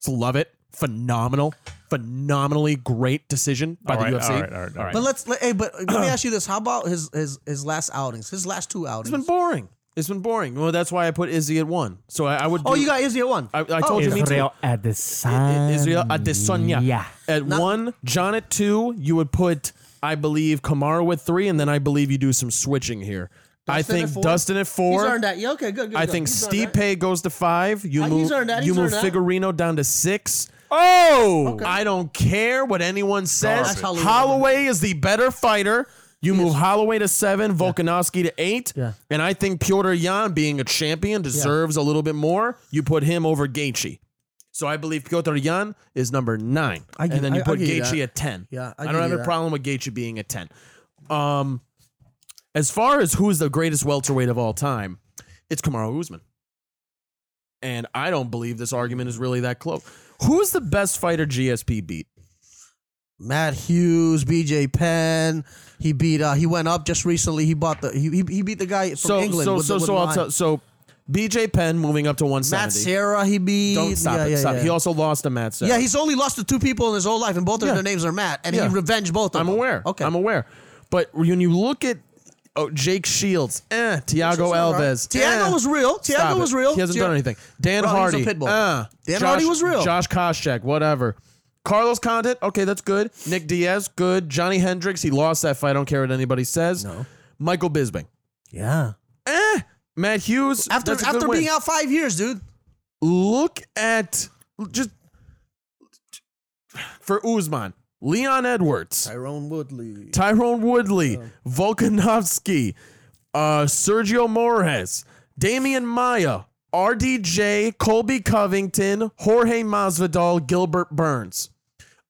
E: Just love it. Phenomenal, phenomenally great decision by
C: All right,
E: the UFC.
C: all right, all right, all right.
D: But let's let, hey, but let me ask you this: How about his his his last outings? His last two
E: It's
D: outings.
E: been boring. It's been boring. Well, that's why I put Izzy at one. So I, I would.
D: oh,
E: do-
D: you got Oh, Izzy at one.
E: I, I told you me too.
C: Israel Adesanya.
E: Israel Adesanya.
C: Yeah.
E: At one, John at two, you would put, I believe, Kamara with three, and then I believe you do some switching here. I
D: Dustin at
E: think
D: four?
E: Dustin at
D: he's
E: four.
D: earned that. Yeah, okay, good. good
E: I
D: good.
E: think
D: He's earned that.
E: Stipe goes to five. You
D: Uh, he's
E: move,
D: earned that,
E: you
D: he's earned
E: move
D: that.
E: Figurino down to six.
C: Oh!
E: I don't care what anyone says.
D: That's
E: Holloway.
D: Holloway.
E: is the better fighter. You move Holloway to seven, Volkanovski to eight,
D: Yeah.
E: and I think Piotr Jan, being a champion, deserves a little bit more. You put him over Gaethje. So I believe Piotr Jan is number nine,
D: I gi-
E: and then you
D: I- I
E: put
D: give you
E: Gaethje
D: that.
E: at ten.
D: Yeah, I
E: I,
D: give
E: don't have
D: you
E: a
D: that.
E: problem with Gaethje being at ten. Um, as far as who is the greatest welterweight of all time, it's Kamaru Usman. And I don't believe this argument is really that close. Who's the best fighter GSP beat?
D: Matt Hughes, BJ Penn. He beat. Uh, he went up just recently. He bought the. He, he, he beat the guy from
E: So
D: England.
E: so
D: with
E: so
D: the, with
E: so
D: the
E: I'll
D: line.
E: tell, so BJ Penn moving up to
D: Matt
E: 170.
D: Sarah. He beat.
E: don't stop
D: yeah,
E: it.
D: Yeah,
E: stop.
D: Yeah.
E: He also lost to Matt Sarah.
D: yeah, he's only lost to two people in his whole life, and both of
E: Yeah.
D: their names are Matt, and
E: Yeah.
D: he revenged both of
E: I'm
D: them.
E: aware.
D: Okay.
E: I'm aware. But when you look at oh, Jake Shields, eh, Tiago Alves.
D: Tiago
E: eh,
D: was real.
E: Stop
D: Tiago
E: it.
D: was real.
E: He hasn't
D: Ti-
E: done anything. Dan
D: Bro, he was a
E: Hardy.
D: pit bull.
E: uh,
D: Dan
E: Josh-
D: Hardy was real.
E: Josh Koscheck, whatever. Carlos Condit, okay, that's good. Nick Diaz, good. Johnny Hendricks, he lost that fight. I don't care what anybody says. No. Michael Bisping.
D: Yeah.
E: Eh. Matt Hughes.
D: After
E: that's a good
D: after
E: win.
D: being out five years, dude.
E: look at just for Uzman, Leon Edwards.
D: Tyrone Woodley.
E: Tyrone Woodley, Volkanovski, uh, Sergio Morez, Damian Maya, RDJ, Colby Covington, Jorge Masvidal, Gilbert Burns.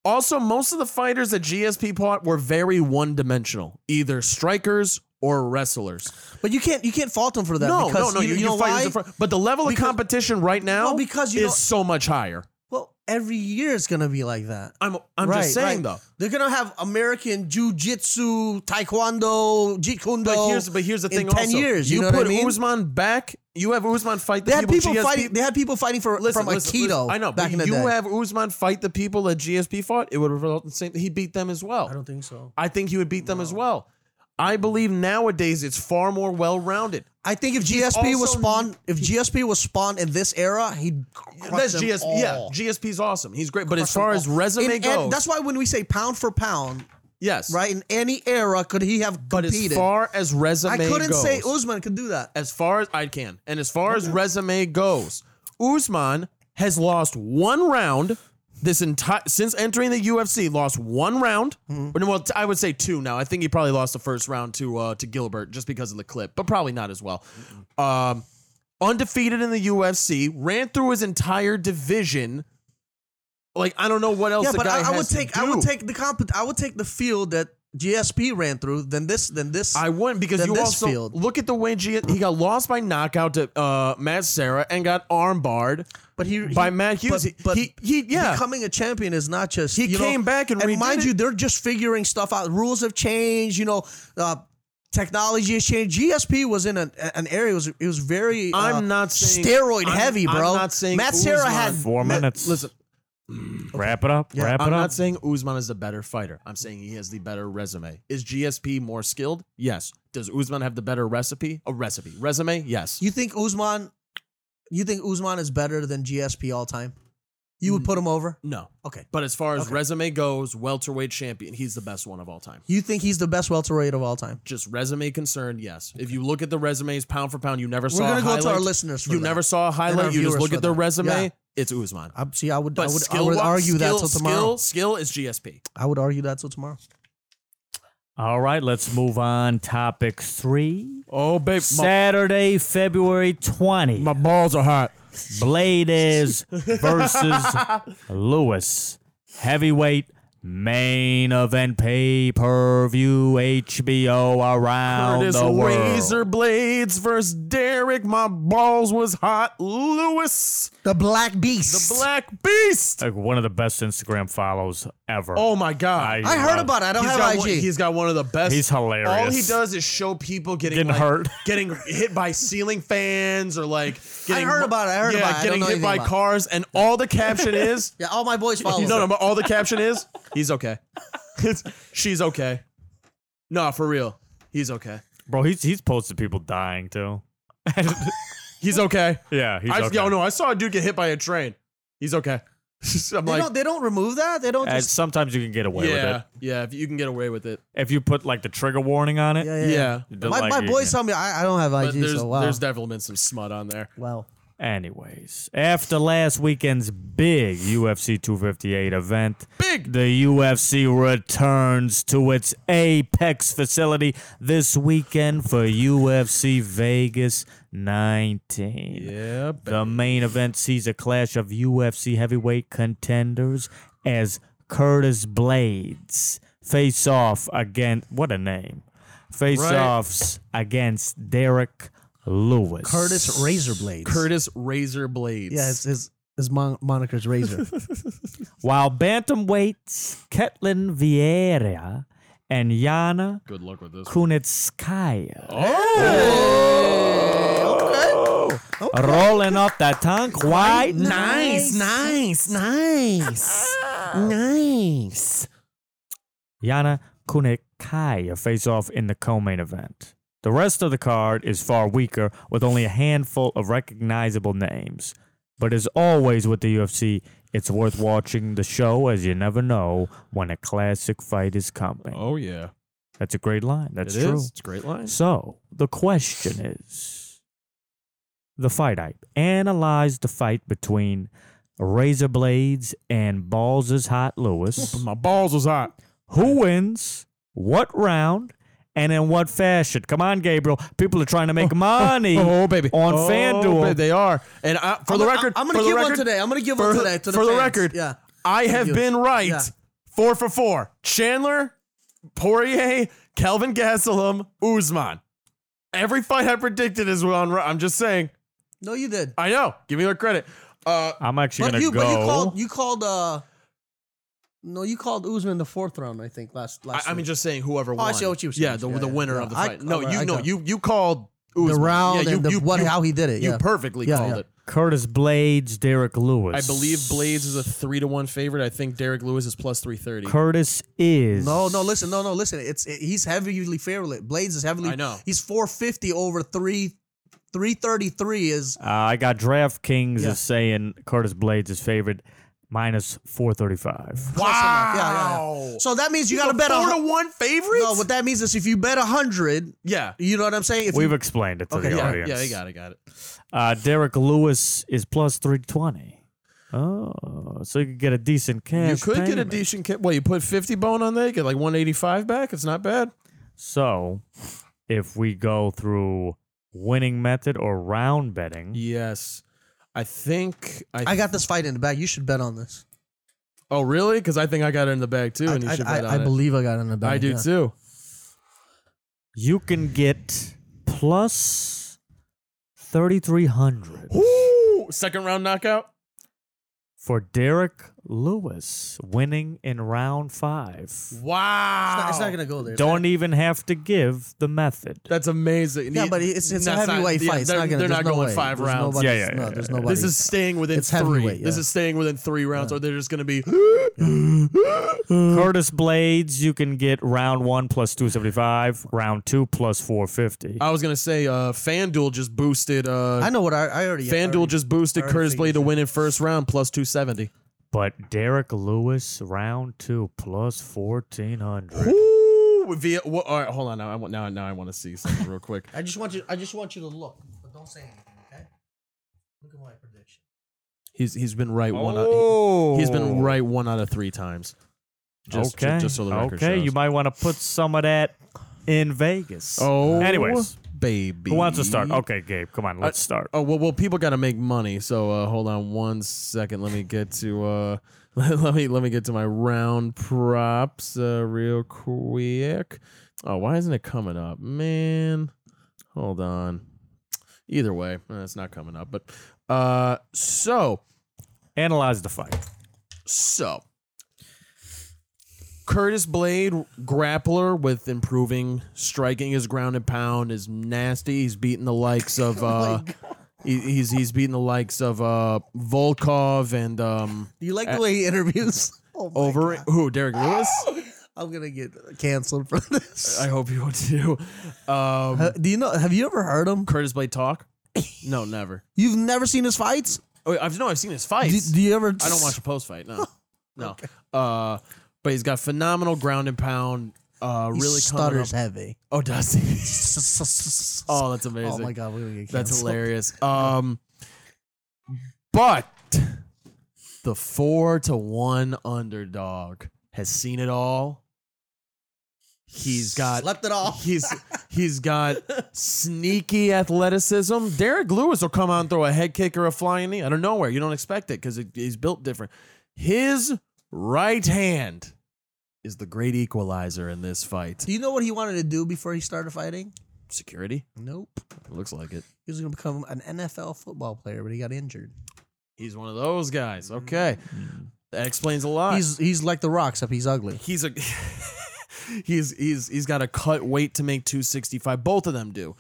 E: Also, most of the fighters that GSP fought were very one-dimensional, either strikers or wrestlers.
D: But you can't you can't fault him for that.
E: no, no,
D: because
E: no.
D: You,
E: You,
D: know
E: you fighters
D: why?
E: in front, but the level
D: Because-
E: of competition right now
D: Well, because you
E: is
D: know-
E: so much higher.
D: Well, every year it's gonna be like that.
E: I'm I'm
D: Right,
E: just saying
D: right.
E: though.
D: They're gonna have American Jiu-Jitsu, Taekwondo, Jeet Kune Do.
E: But here's but here's the
D: in
E: thing.
D: ten
E: also.
D: years, you, know
E: put
D: what I mean?
E: Usman back. You have Usman fight the
D: they had people
E: GSP
D: fighting. They had people fighting for
E: Listen,
D: from
E: listen,
D: Aikido.
E: listen. I know.
D: back
E: but
D: in the
E: you
D: day.
E: have Usman fight the people that GSP fought. It would result in the same. He beat them as well. I,
D: think so.
E: think he would beat them as well. I believe nowadays it's far more well rounded.
D: I think if GSP was
E: also-
D: spawned, if GSP was spawned in this era, he'd crush
E: That's
D: them
E: GSP.
D: all.
E: Yeah, GSP's awesome. He's great. But as
D: Crush them
E: far as
D: all.
E: resume
D: In- and
E: goes,
D: that's why when we say pound for pound,
E: yes,
D: right? In any era, could he have
E: But as
D: competed?
E: far as resume,
D: I couldn't
E: goes,
D: say Usman could do that.
E: As far as I can, and as far as resume goes, Usman has lost one round this entire since entering the UFC. Lost one round.
D: Mm-hmm.
E: Well, t- I would say two now. I think he probably lost the first round to uh, to Gilbert just because of the clip, but probably not as well.
D: Mm-hmm.
E: Um, undefeated in the UFC, ran through his entire division. Like I don't know what else.
D: Yeah,
E: the
D: but
E: guy
D: I, I
E: has
D: would
E: to
D: take I would
E: do.
D: take the comp I would take the field that GSP ran through than this than this.
E: I wouldn't because
D: than
E: you
D: this
E: also
D: field.
E: look at the way G- he got lost by knockout to uh, Matt Sarah and got armbarred.
D: But he
E: by
D: he-
E: Matt Hughes. He- he- he- yeah.
D: becoming a champion is not just
E: He
D: you know,
E: came back and redid
D: mind
E: it.
D: you, they're just figuring stuff out. Rules have changed, you know. Uh, Technology has changed. GSP was in an, an area it was it was very uh,
E: I'm not saying-
D: steroid
E: I'm-
D: heavy,
E: I'm
D: bro.
E: not saying
D: Matt Sarah
E: Usman-
D: had
C: Four minutes.
E: Listen,
C: Wrap it up. wrap it
E: I'm
C: up.
E: not saying Usman is the better fighter. I'm saying he has the better resume. Is GSP more skilled? Yes. Does Usman have the better recipe? A recipe. Resume? Yes.
D: You think Usman? You think Usman is better than GSP all time? You
E: Mm.
D: would put him over?
E: no.
D: Okay.
E: But as far as resume goes, welterweight champion, he's the best one of all time.
D: You think he's the best welterweight of all time?
E: Just resume concerned, yes. If you look at the resumes pound for pound, you never
D: We're
E: saw.
D: gonna
E: a
D: go to our
E: highlight.
D: listeners for
E: you
D: that.
E: never saw a highlight. You just
D: viewers
E: look
D: for
E: at their
D: that.
E: resume.
D: Yeah.
E: It's Usman.
D: I, see, I would, I
E: But
D: would, I
E: skill,
D: would
E: wa-
D: argue that
E: skill,
D: till tomorrow.
E: Skill, skill is GSP.
D: I would argue that till tomorrow.
C: All right, let's move on. Topic three.
E: Oh, babe, my,
C: Saturday, February 20.
E: my balls are hot.
C: Blades versus Lewis. Heavyweight main event pay per view HBO around
E: Curtis
C: the world.
E: Razor Blades versus Derek. My balls was hot. Lewis,
D: The Black Beast.
E: the Black Beast.
C: Like one of the best Instagram follows ever.
E: Oh my god.
D: I heard
C: love-
D: about it. I don't
E: He's
D: have
E: got,
D: IG.
E: one, he's got one of the best.
C: He's hilarious.
E: All he does is show people getting,
C: Getting
E: like,
C: hurt.
E: getting hit by ceiling fans or like. Getting,
D: heard about it. I heard
E: yeah,
D: about it. I don't
E: getting
D: know
E: hit
D: anything
E: by
D: about it.
E: cars, and all the caption is.
D: yeah, all my boys follow.
E: you
D: him.
E: know, no, all the caption is he's okay. It's- She's okay. Nah, for real, he's okay.
C: Bro, he's he's posted people dying too.
E: He's okay.
C: Yeah, he's
E: I,
C: okay.
E: Yo, no, I saw a dude get hit by a train. He's okay. I'm
D: they
E: like,
D: don't. They don't remove that. They don't
C: And
D: just.
C: sometimes you can get away
E: yeah,
C: with
E: yeah. If you can get away with it,
C: it if you put like the trigger warning on it.
D: Yeah,
E: yeah.
D: yeah.
C: the,
D: My,
C: like,
D: my
C: you
D: boys
C: can-
D: tell me I, I don't have
E: But
D: IG.
E: there's
D: so wow.
E: there's definitely been some smut on there.
D: wow.
C: Anyways, after last weekend's big UFC 258 event,
E: Big.
C: the UFC returns to its Apex facility this weekend for UFC Vegas 19.
E: Yeah,
C: The main event sees a clash of UFC heavyweight contenders as Curtis Blades face off against what a name. Face offs against Derek Lewis.
D: Curtis Razor Blades.
E: Curtis Razor Blades.
D: Yeah, his his, his mon- moniker's Razor.
C: While bantamweights Ketlin Vieira and Yana
E: Good luck with this.
C: Kunitskaya Oh!
D: okay.
C: rolling up that tongue quite nice.
E: nice, nice, nice.
C: Yana Kunikaya face off in the co-main event. The rest of the card is far weaker, with only a handful of recognizable names. But as always with the UFC, it's worth watching the show, as you never know when a classic fight is coming.
E: Oh yeah,
C: That's a great line. That's
E: It
C: true.
E: is. It's a great line.
C: So the question is the fight hype. Analyze the fight between Razor Blades and Balls' Hot Lewis.
E: My balls was hot.
C: Who wins? What round? And in what fashion? Come on, Gabriel. People are trying to make money.
E: Oh baby,
C: On
E: Oh,
C: FanDuel.
E: babe, they are. And I,
D: E
E: for
D: I'm
E: the
D: gonna-
E: record,
D: I'm gonna
E: for the
D: give one
E: record-
D: today. I'm gonna give
E: for
D: one
E: the-
D: today to the
E: for the
D: fans.
E: record,
D: Yeah.
E: I have
D: you.
E: been right.
D: Yeah.
E: Four for four. Chandler, Poirier, Calvin Gastelum, Usman. Every fight I predicted is on. ri- I'm just saying.
D: No, you did.
E: I know. Give me their credit. Uh,
C: I'm actually
D: But
C: going
D: you,
C: to go.
D: but you called, you called, uh, no, you called Usman the fourth round, I think, last,
E: I,
D: last.
E: I mean,
D: week.
E: just saying whoever
D: Oh, I
E: won.
D: see what you were
E: Yeah,
D: saying.
E: the,
D: Yeah,
E: the
D: yeah,
E: winner
D: yeah.
E: of the
D: I-
E: fight. no,
D: alright,
E: you
D: I
E: no,
D: got-
E: you you called Usman.
D: the round
E: Yeah, you,
D: and the,
E: you,
D: what,
E: you,
D: how he did it.
E: you
D: yeah.
E: perfectly
D: Yeah,
E: called
D: yeah.
E: it.
C: Curtis Blades, Derek
E: I
C: Lewis.
E: believe Blades is a three to one favorite. I think Derek Lewis is plus three thirty.
C: Curtis is.
D: no, no, listen, no, no, listen. It's it, he's heavily favored. Blades is heavily.
E: I know.
D: He's four fifty over three, three thirty three is.
C: Uh, I got DraftKings
D: Yeah.
C: is saying Curtis Blades is favored minus 435.
D: close enough. Yeah, yeah, yeah. So that means you got to bet a
E: four
D: hun-
E: to one favorite.
D: No, what that means is if you bet a hundred,
E: yeah,
D: you know what I'm saying. If
C: We've
D: you,
C: explained it to
D: Okay,
C: the
E: yeah,
C: audience.
E: yeah. I got it, got it.
C: Uh, Derek Lewis is plus 320. Oh, so you could get a decent
E: You
C: cash.
E: could get a
C: payment.
E: decent kit. Well, you put fifty bone on there, you get like one eighty five back. It's not bad.
C: So, if we go through winning method or round betting,
E: Yes, I think I.
D: I got this fight in the bag. You should bet on this.
E: oh, really? Because I think I got it in the bag too,
D: I,
E: and you
D: I-
E: should
D: I-
E: bet on
D: I
E: it.
D: believe I got it in the bag.
E: I do
D: yeah.
E: too.
C: you can get plus 3,300
E: Ooh, second round knockout.
C: for Derek Lewis winning in round five.
E: Wow,
D: It's not, it's not gonna go there.
C: Don't even have to give the method.
E: That's amazing.
D: Yeah, but it's, it's a
E: That's not-
D: heavyweight
E: yeah,
D: fight. It's
E: they're
D: not gonna,
E: they're
D: there's
E: not
D: no
E: going
D: way.
E: five
D: There's
E: rounds.
D: nobody's-
C: Yeah, yeah, yeah,
D: No, there's
C: yeah.
D: nobody.
E: This is staying within
D: It's
E: three.
D: heavyweight,
E: This
D: yeah.
E: is staying within three rounds, or they're just going to be.
C: Curtis Blades, you can get round one plus 275, round two plus 450.
E: I was going to say, uh, FanDuel just boosted. Uh,
D: I know what I, I already.
E: FanDuel
D: already-
E: just boosted
D: already
E: Curtis
D: figured
E: Blade to
D: that.
E: win in first round plus two seventy.
C: But Derek Lewis, round two plus 1,400.
E: Ooh, via. wha- all right, hold on. Now I want. Now, now I want to see something real quick.
D: I just want you. I just want you to look, but don't say anything. Okay. Look at my prediction.
E: He's he's been right one. Out,
C: Oh.
E: he's been right one out of three times. Just,
C: okay.
E: ju- just so the record
C: okay,
E: shows.
C: you might want to put some of that in Vegas.
E: Oh,
C: Anyways,
E: baby.
C: who wants to start? Okay, Gabe, come on, let's start.
E: Oh well, well, people got to make money. So uh, hold on one second. Let me get to uh, let, me let me get to my round props uh, real quick. Oh, why isn't it coming up, man? Hold on. Either way, eh, it's not coming up. But uh, so
C: Analyze the fight.
E: so Curtis Blade grappler with improving striking his ground and pound is nasty. He's beating the likes
D: Oh
E: of uh he, he's he's beating the likes of uh Volkov and um
D: Do you like the way he interviews? Oh my
E: over
D: God.
E: who Derek Lewis.
D: I'm gonna get canceled for this.
E: I hope you would too. Um
D: Uh, do you know? Have you ever heard him?
E: Curtis Blade talk? No, never.
D: You've never seen his fights?
E: Oh, I've no, I've seen his
D: Do,
E: fights.
D: do you ever?
E: I don't watch a post fight.
D: Oh
E: No, no. Uh, but he's got phenomenal ground and pound. Uh,
D: He
E: really coming up
D: stutters heavy.
E: Oh, does he?
D: Oh,
E: Oh, that's amazing.
D: my god, we're gonna get canceled.
E: That's hilarious. Um, but the four to one underdog has seen it all. He's got
D: Slept it off.
E: he's he's got sneaky athleticism. Derek Lewis will come out and throw a head kick or a flying knee out of nowhere. You don't expect it because he's built different. His right hand is the great equalizer in this fight.
D: Do you know what he wanted to do before he started fighting?
E: Security
D: Nope.
E: looks like it.
D: He was gonna become an NFL football player, but he got injured.
E: He's one of those guys. Okay.
D: Hmm.
E: That explains a lot.
D: He's he's like the Rock, except he's ugly.
E: he's a he's he's he's got to cut weight to make 265. Both of them do.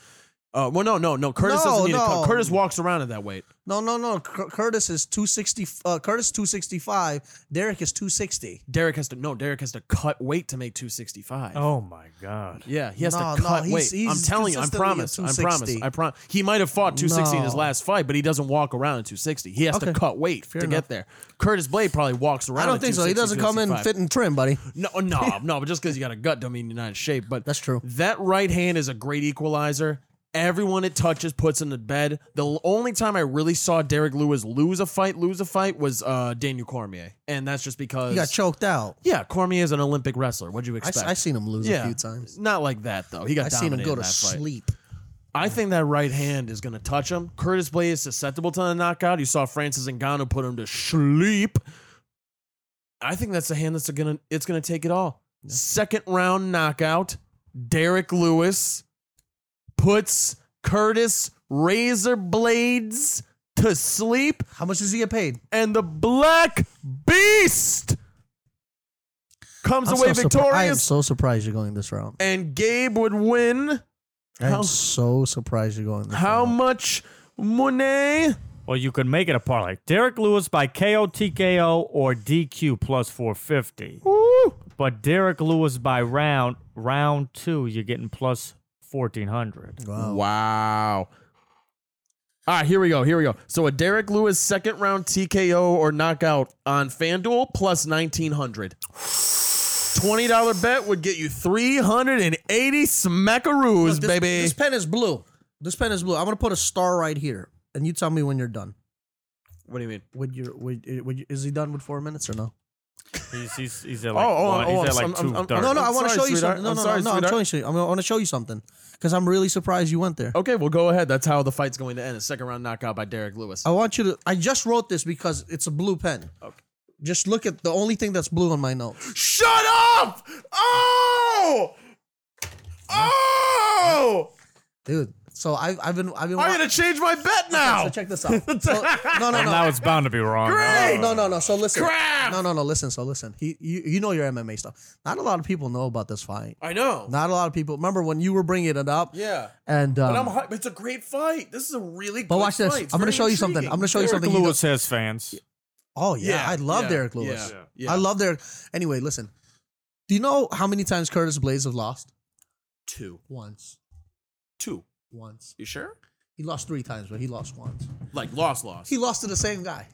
E: Uh, well, no, no, no.
D: No,
E: Curtis doesn't need to
D: no.
E: cut. Curtis walks around at that weight.
D: No, no, no. Cur- Curtis is two sixty. Uh, Curtis two sixty five. Derek is two sixty.
E: Derek has to no. Derek has to cut weight to make 265.
C: Oh my God.
E: Yeah, he has
D: No,
E: to
D: no,
E: cut
D: he's-
E: weight. I'm
D: he's
E: telling you,
D: consistently
E: I
D: at
E: promise. I promise.
D: 260.
E: I promise. He might have fought 260 in his
D: No.
E: last fight, but he doesn't walk around at 260. He has to
D: Okay.
E: cut weight
D: Fair
E: to
D: enough.
E: get there. Curtis Blade probably walks around.
D: I don't
E: at
D: think so. He doesn't
E: 260,
D: come in
E: 265.
D: fit and trim, buddy.
E: No, oh, no, no. But just because you got a gut, don't mean you're not in shape. But
D: That's true.
E: That right hand is a great equalizer. Everyone it touches puts in the bed. The l- only time I really saw Derek Lewis lose a fight, lose a fight, was uh, Daniel Cormier, and that's just because
D: He got choked out.
E: yeah, Cormier is an Olympic wrestler. What'd you
D: I,
E: expect?
D: I seen him lose
E: yeah,
D: a few times.
E: Not like that though. He got
D: I seen him
E: dominated
D: go
E: in
D: to
E: that fight.
D: sleep.
E: I think that right hand is going to touch him. Curtis Blade is susceptible to the knockout. You saw Francis Ngannou put him to sleep. I think that's the hand that's going to it's going to take it all. Second round knockout. Derek Lewis puts Curtis Razor Blades to sleep
D: How much does he get paid?
E: and the Black Beast comes
D: I'm
E: away
D: so surpri- I am
E: victorious
D: so surprised you're going this round.
E: and Gabe would win
D: I am
E: How-
D: so surprised you're going this
E: how
D: round.
E: much money?
C: Well, you could make it a parlay. Derek Lewis by KO, TKO, or DQ plus 450.
E: Woo!
C: But Derek Lewis by round, round two, you're getting plus 1400.
E: Oh.
D: Wow.
E: Wow. All right, here we go. Here we go. So a Derek Lewis second round TKO or knockout on FanDuel plus 1900. $20 bet would get you 380 smackaroos,
D: Look, this,
E: baby.
D: This pen is blue. This pen is blue. I'm gonna put a star right here, and you tell me when you're done.
E: what do you mean?
D: Would your would, would you, is he done with four minutes or no?
C: He's, he's, he's at
E: Oh,
C: like,
E: oh,
C: one-
E: oh,
C: he's at
E: I'm-
C: like
E: I'm- I'm-
C: 230.
D: No, no.
E: I'm
D: i want to
E: sorry,
D: show you
E: sweetheart.
D: something. No,
E: I'm
D: no,
E: sorry,
D: no. I'm
E: sweetheart.
D: showing you. I'm, I want to show you something because I'm really surprised you went there.
E: Okay, well, go ahead. That's how the fight's going to end. A second round knockout by Derek Lewis.
D: I want you to. I just wrote this because it's a blue pen. Okay. Just look at the only thing that's blue on my notes.
E: Shut up! Oh! Oh!
D: dude. So I've I've been I've been. wa-
E: I'm going to change my bet now.
D: So check this out. So, no, no,
C: And now
D: no.
C: it's bound to be wrong.
E: Great!
D: No, no, no. So listen.
E: Crap!
D: No, no, no. Listen. So listen. He, you, you know your MMA stuff. Not a lot of people know about this fight.
E: I know.
D: Not a lot of people. Remember when you were bringing it up?
E: Yeah.
D: And um,
E: But
D: but,
E: I'm hype. It's a great fight. This is a really. Good
D: watch this.
E: fight. It's
D: I'm gonna
E: very
D: show you something.
E: intriguing.
D: I'm gonna show you
E: Derek
D: something.
C: Derek Lewis has fans.
D: Oh yeah, I love
E: yeah,
D: Derek Lewis.
E: yeah, yeah.
D: I love Derek. Anyway, listen. Do you know how many times Curtis Blaze have lost?
E: two.
D: Once.
E: Two.
D: Once.
E: You sure?
D: He lost three times, but he lost once.
E: Like loss, loss.
D: He lost to the same guy.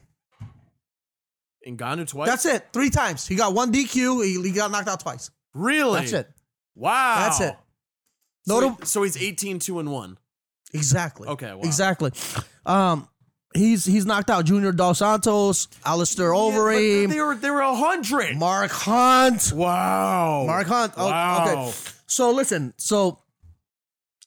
E: Ngannou twice.
D: That's it. Three times. He got one DQ. He, he got knocked out twice.
E: really.
D: That's it.
E: Wow.
D: That's it.
E: So,
D: Notable.
E: so he's 18, 2 and one.
D: Exactly.
E: Okay, wow.
D: Exactly. Um, he's he's knocked out Junior Dos Santos, Alistair Overeem,
E: they were they were a hundred.
D: Mark Hunt.
E: wow.
D: Mark Hunt. Oh,
E: Wow.
D: Okay. So listen. So,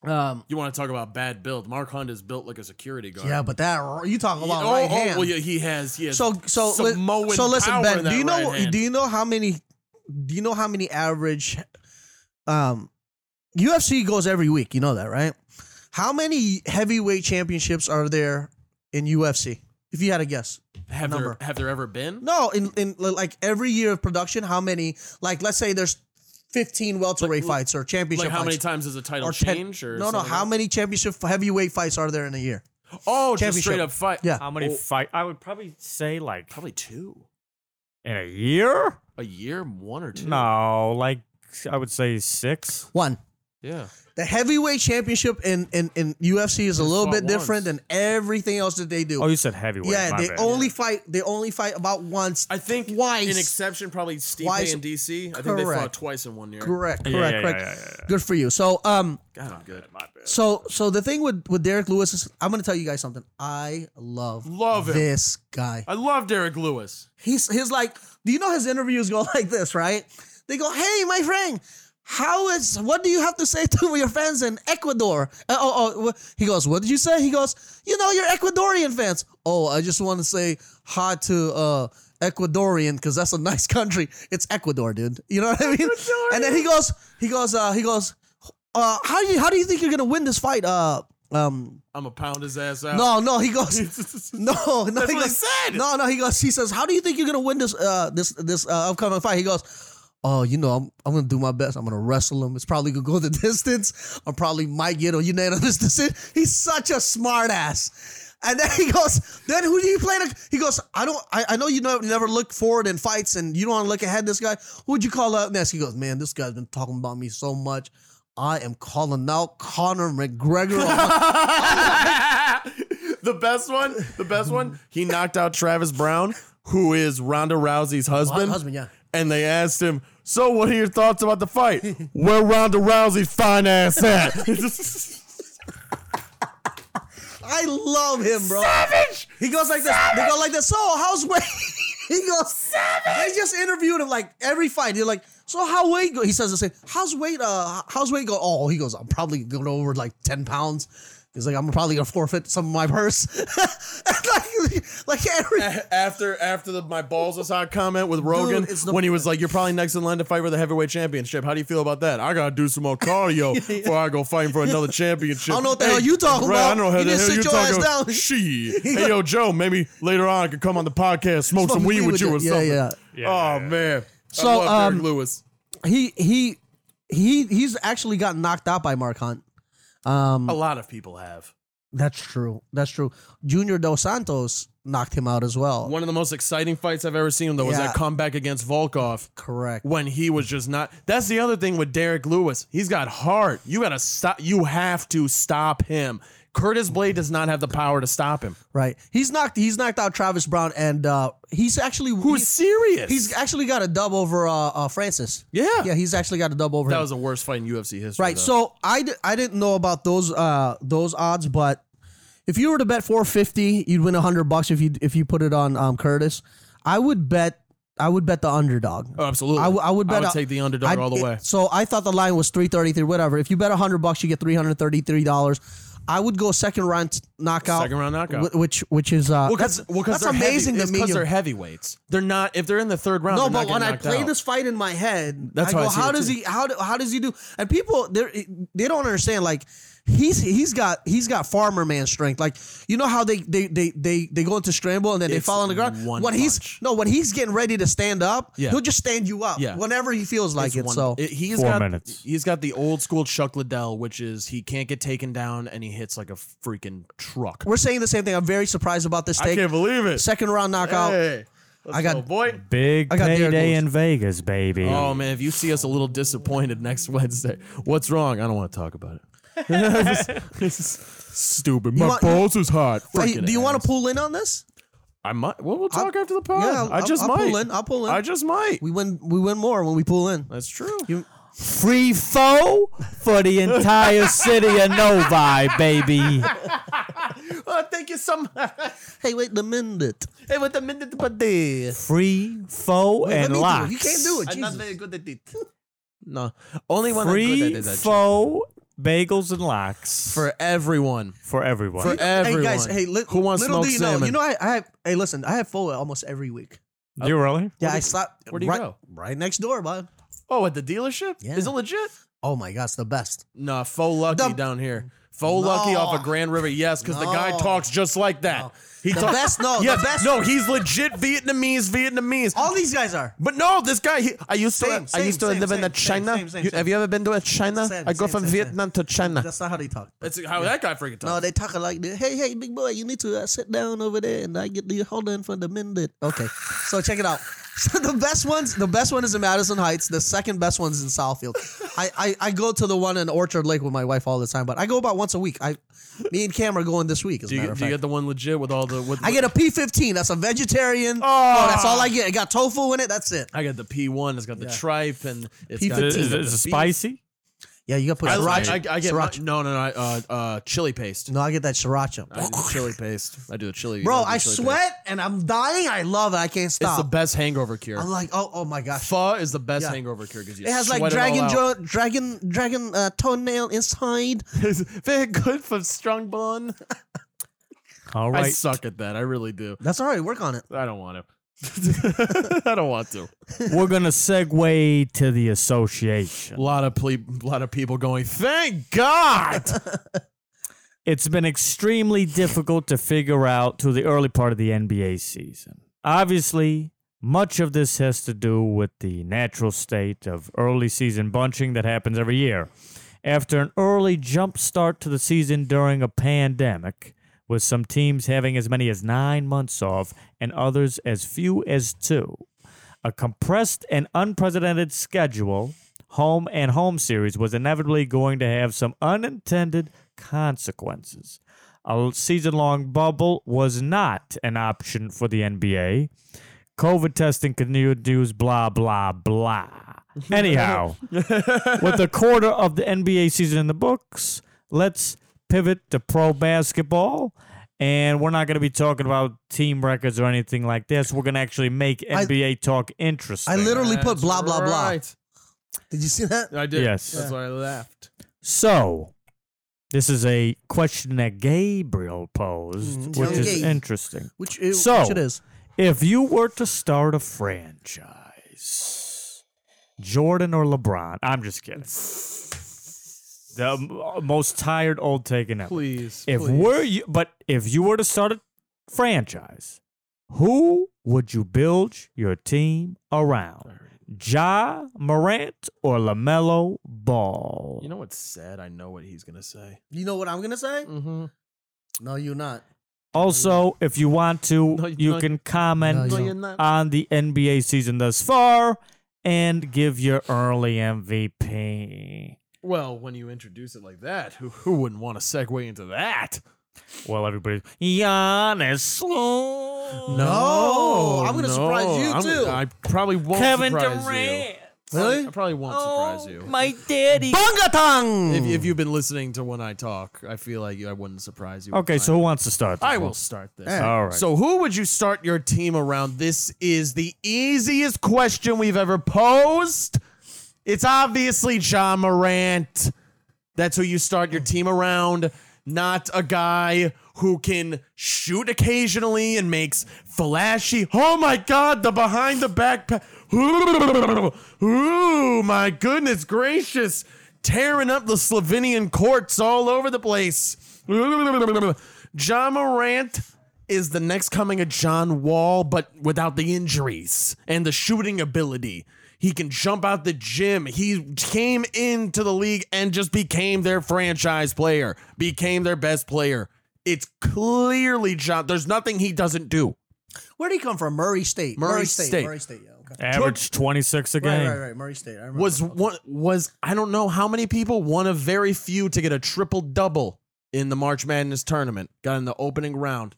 D: um,
E: You want to talk about bad build? Mark Hunt is built like a security guard.
D: yeah, but that you talk
E: He-
D: about
E: oh,
D: right
E: oh,
D: hand.
E: well, yeah, he has. He has
D: so so li-
E: Samoan
D: so listen,
E: power
D: Ben.
E: in
D: Do
E: that
D: you know
E: right hand.
D: do you know how many do you know how many average um UFC goes every week? You know that, right? How many heavyweight championships are there in UFC? If you had a guess.
E: have there
D: number.
E: have there ever been?
D: No, in in like every year of production, how many? Like, let's say there's 15 welterweight fights or championship
E: Like how many
D: fights.
E: times does a title
D: or 10
E: change? Or
D: no, no.
E: something
D: How
E: like-
D: many championship heavyweight fights are there in a year?
E: Oh, just
D: championship.
E: straight up fight.
D: Yeah.
C: How many
E: Oh.
C: fight? I would probably say like
E: probably two
C: in a year.
E: a year, one or two.
C: No, like I would say six.
D: One.
E: Yeah.
D: The heavyweight championship in in, in UFC is a little
E: fought
D: bit different
E: once.
D: than everything else that they do.
C: Oh, you said heavyweight.
D: yeah,
C: my
D: they
C: bad.
D: only fight. They only fight about once.
E: I think
D: Twice.
E: an exception probably Steve
D: Twice.
E: and DC. I think they fought
D: Correct.
E: twice in one year.
D: correct, correct,
C: Yeah, yeah, yeah,
D: correct.
C: yeah, yeah, yeah.
D: Good for you. So, um,
E: God, I'm good.
D: so, so the thing with with Derek Lewis is, I'm gonna tell you guys something. I love
E: Love him.
D: this guy.
E: I love Derek Lewis.
D: he's he's like, do you know his interviews go like this, right? They go, hey, my friend, how is what do you have to say to your fans in Ecuador? Uh, oh, oh, wh- he goes, what did you say? He goes, you know, your Ecuadorian fans. Oh, I just want to say hi to uh, Ecuadorian because that's a nice country. It's Ecuador, dude. You know what I mean? And then he goes, he goes, uh, he goes, uh, how do you how do you think you're gonna win this fight? Uh, um,
E: I'm gonna pound his ass out.
D: no, no, he goes. No, no,
E: That's
D: he
E: what he
D: goes,
E: said.
D: No, no, he goes. He says, "How do you think you're gonna win this uh, this this uh, upcoming fight?" He goes, "Oh, you know, I'm I'm gonna do my best. I'm gonna wrestle him. It's probably gonna go the distance. I probably might get a unanimous decision." He's such a smart ass. And then he goes, then who do you play? To? He goes, I don't, I, I know you never, never look forward in fights and you don't want to look ahead. This guy, who'd you call out next? He goes, man, this guy's been talking about me so much. I am calling out Conor McGregor. on my
E: the best one, the best one. He knocked out Travis Brown, who is Ronda Rousey's husband.
D: husband, yeah.
E: And they asked him, "So, what are your thoughts about the fight? Where Ronda Rousey's fine ass at?"
D: I love him, bro. Savage. He goes like this. They go like this. So how's weight? he goes. Savage. They just interviewed him like every fight. They're like, so how weight go? He says the same. How's weight? Uh, how's weight go? Oh, he goes. I'm probably going over like ten pounds. He's like, I'm probably gonna forfeit some of my purse. like, like every.
E: after after the my balls is hot comment with Rogan
D: Dude, it's the-
E: when he was like, "You're probably next in line to fight for the heavyweight championship. How do you feel about that? I gotta do some more cardio before I go fighting for another championship.
D: I don't know what the hell you talking
E: right,
D: about.
E: I don't know how
D: You
E: the
D: didn't
E: hell
D: sit
E: you
D: your
E: talking
D: ass
E: about.
D: down.
E: She, hey yo, Joe, maybe later on I could come on the podcast, smoke, some weed, with you or
D: yeah,
E: something.
D: yeah.
C: Yeah,
E: oh
C: yeah, yeah.
E: man,
D: So,
E: I love Derek
D: um,
E: Lewis.
D: He he he he's actually got knocked out by Mark Hunt. Um,
E: A lot of people have
D: That's true. That's true. Junior Dos Santos knocked him out as well.
E: one of the most exciting fights I've ever seen. Though was
D: Yeah.
E: that comeback against Volkov.
D: Correct.
E: when he was just not. That's the other thing with Derek Lewis. He's got heart. You gotta stop. You have to stop him. Curtis Blade does not have the power to stop him.
D: Right. He's knocked. He's knocked out Travis Brown, and uh, he's actually
E: Who's serious?
D: he's actually got a dub over uh, uh, Francis.
E: yeah.
D: Yeah, he's actually got a dub over
E: That
D: him.
E: was the worst fight in UFC history.
D: right.
E: though.
D: So I d- I didn't know about those uh those odds, but if you were to bet four fifty, you'd win hundred bucks if you if you put it on um Curtis. I would bet. I would bet the underdog.
E: oh, absolutely.
D: I, w- I would bet.
E: I would
D: a-
E: take the underdog
D: I-
E: all the
D: it-
E: way.
D: so I thought the line was three thirty three. Whatever. If you bet hundred bucks, you get three hundred thirty three dollars. I would go second round t- knockout.
E: Second round knockout.
D: wh- Which which is uh,
E: Well,
D: that's,
E: because well, 'cause
D: that's
E: they're heavy-
D: amazing
E: it's
D: to me.
E: 'cause they're heavyweights. They're not. If they're in the third round,
D: No,
E: they're
D: but
E: not
D: when
E: getting
D: I
E: knocked
D: play
E: out.
D: this fight in my head,
E: That's
D: I
E: how
D: go,
E: I see
D: how
E: it,
D: does
E: too.
D: he how do, how does he do? And people they they don't understand like. He's he's got he's got farmer man strength. Like you know how they they they they, they go into scramble and then they
E: It's
D: fall on the ground.
E: one
D: when he's
E: punch.
D: no when he's getting ready to stand up,
E: Yeah.
D: he'll just stand you up
E: Yeah.
D: whenever he feels like
E: It's
D: it.
E: one-
D: So
E: it- he's
C: Four
E: got,
C: minutes.
E: He's got the old school Chuck Liddell, which is he can't get taken down and he hits like a freaking truck.
D: we're saying the same thing. I'm very surprised about this take.
E: believe it.
D: Second round knockout.
E: Hey, let's
D: I got-
E: go, boy.
C: Big
D: I got Derek
C: payday
D: Lewis.
C: in Vegas, baby.
E: Oh man, if you see us a little disappointed next Wednesday, what's wrong? I don't want to talk about it. This is stupid. My
D: want-
E: balls is hot.
D: Hey,
E: Freaking
D: do you want
E: ass.
D: to pull in on this?
E: I might. Well, we'll talk after the pod.
D: yeah, I'll-
E: I just
D: I'll
E: might.
D: pull in. I'll pull in.
E: I just might.
D: We win. We win more when we pull in.
E: That's true.
C: Free foe for the entire city of Novi, baby.
E: I think think you're some.
D: Hey, wait a minute.
E: hey, with a minute, but day.
C: Free, foe,
D: Wait, let
C: and
D: me do it.
C: locks.
D: You can't do it.
E: I'm not
D: Jesus.
E: very good at it. No, only one I'm good
C: Free,
E: at is that shit.
C: foe, bagels, and locks for,
E: for everyone.
C: for everyone.
E: For everyone.
D: Hey guys, hey, li-
E: who wants
D: little
E: smoked
D: do you know,
E: salmon?
D: you know I, I have. Hey, listen, I have foe almost every week.
C: you really?
D: Yeah, I stopped.
E: where do you
D: right,
E: go?
D: Right next door, bud.
E: oh, at the dealership?
D: Yeah.
E: Is it legit?
D: Oh my God, it's the best.
E: No, faux lucky
D: The-
E: down here. Faux lucky
D: No.
E: off of Grand River, yes, because the guy
D: No.
E: talks just like that.
D: No.
E: He
D: The
E: talks.
D: best, no, the
E: yes,
D: best-
E: No, he's legit Vietnamese, Vietnamese.
D: All these guys are.
E: But no, this guy. He, I used to.
D: Same,
E: I used to
D: same,
E: live in
D: same,
E: a
D: same,
E: China.
D: same, same,
E: You-
D: same.
E: have you ever been to a China?
D: Same,
E: I go
D: same,
E: from
D: same, same.
E: Vietnam to China.
D: That's not how they talk.
E: That's how that guy freaking
D: No, they talk like this. Hey, hey, big boy, you need to uh, sit down over there, and I get the hold on for the minute. Okay, so check it out. So the best ones, the best one is in Madison Heights. The second best one's in Southfield. I, I, I go to the one in Orchard Lake with my wife all the time, but I go about once a week. I, me and Cam are going this week. As a
E: Do you,
D: matter
E: get-
D: of
E: do you
D: fact,
E: get the one legit with all the? With,
D: I get a P fifteen. That's a vegetarian.
E: Ah.
D: oh, that's all I get. It got tofu in it. That's it.
E: I got the P one. It's got the
D: Yeah.
E: tripe and it's
D: P
E: got
D: fifteen.
C: Is, is, is it
E: the beef.
C: spicy?
D: Yeah, you got to put
E: I, I,
D: sriracha.
E: I, I get my,
D: Sriracha.
E: no, no, no. I, uh, uh, chili paste.
D: no, I get that sriracha.
E: I do the chili paste. I do the chili.
D: Bro,
E: do the
D: I
E: chili
D: sweat and I'm dying. I love it. I can't
E: paste. It's
D: stop.
E: the best hangover cure.
D: I'm like, oh, oh my gosh.
E: Pho is the best
D: Yeah.
E: hangover cure because
D: It has like dragon, jo- dragon, dragon uh, toenail inside.
E: Very good for strong bun.
C: All
E: I
C: right.
E: suck at that. I really do.
D: That's all right. Work on it.
E: I don't want to. I don't want to.
C: We're going to segue to the association.
E: A lot of ple- lot of people going. Thank God.
C: it's been extremely difficult to figure out through the early part of the NBA season. Obviously, much of this has to do with the natural state of early season bunching that happens every year. After an early jump start to the season during a pandemic, with some teams having as many as nine months off and others as few as two, a compressed and unprecedented schedule, home and home series, was inevitably going to have some unintended consequences. A season long bubble was not an option for the NBA. COVID testing continues, blah, blah, blah. Anyhow, with a quarter of the NBA season in the books, let's pivot to pro basketball. And we're not going to be talking about team records or anything like this. We're going to actually make
D: I-
C: NBA talk interesting.
D: I literally put blah blah blah.
E: Right.
D: Did you see that?
E: I did.
C: Yes.
E: That's why I laughed.
C: So, this is a question that Gabriel posed,
D: Mm,
C: which is
D: Gabe.
C: interesting.
D: Which, it,
C: So-
D: which it is.
C: If you were to start a franchise, Jordan or LeBron? I'm just kidding. The m- uh, most tired old taken ever.
E: Please.
C: If
E: please.
C: were you, but if you were to start a franchise, who would you build your team around? Ja Morant or Lamelo Ball?
E: You know what's sad? I know what he's gonna say.
D: You know what I'm gonna say?
E: Mm-hmm.
D: No, you're not.
C: Also, if you want to,
E: Mm. No, you
C: you
E: don't.
C: can comment
D: No, you
E: not.
C: on the NBA season thus far and give your early MVP.
E: Well, when you introduce it like that, who, who wouldn't want to segue into that?
C: Well, everybody's Giannis,
D: No, I'm gonna surprise you,
E: I'm-
D: too.
E: I probably won't
C: Kevin
E: surprise you.
C: Durant. Oh,
E: I probably won't surprise you.
C: my daddy.
D: Bungatong.
E: if, if you've been listening to when I talk, I feel like I wouldn't surprise you.
C: Okay, so who wants to start? this
E: I
C: one?
E: will start this.
C: All right.
E: So, who would you start your team around? This is the easiest question we've ever posed. It's obviously John Morant. That's who you start your team around, not a guy who can shoot occasionally and makes flashy. Oh my God, the behind the back. Pa- Ooh, my goodness gracious. Tearing up the Slovenian courts all over the place. John Morant is the next coming of John Wall, but without the injuries and the shooting ability. He can jump out the gym. He came into the league and just became their franchise player, became their best player. It's clearly John. There's nothing he doesn't do.
D: Where'd he come from? Murray State.
E: Murray State.
D: Murray State. Yeah. Okay.
C: average 26 a game.
D: Right, right, right. Murray State. I remember.
E: Was one was I don't know how many people one of very few to get a triple double in the March Madness tournament. Got in the opening round.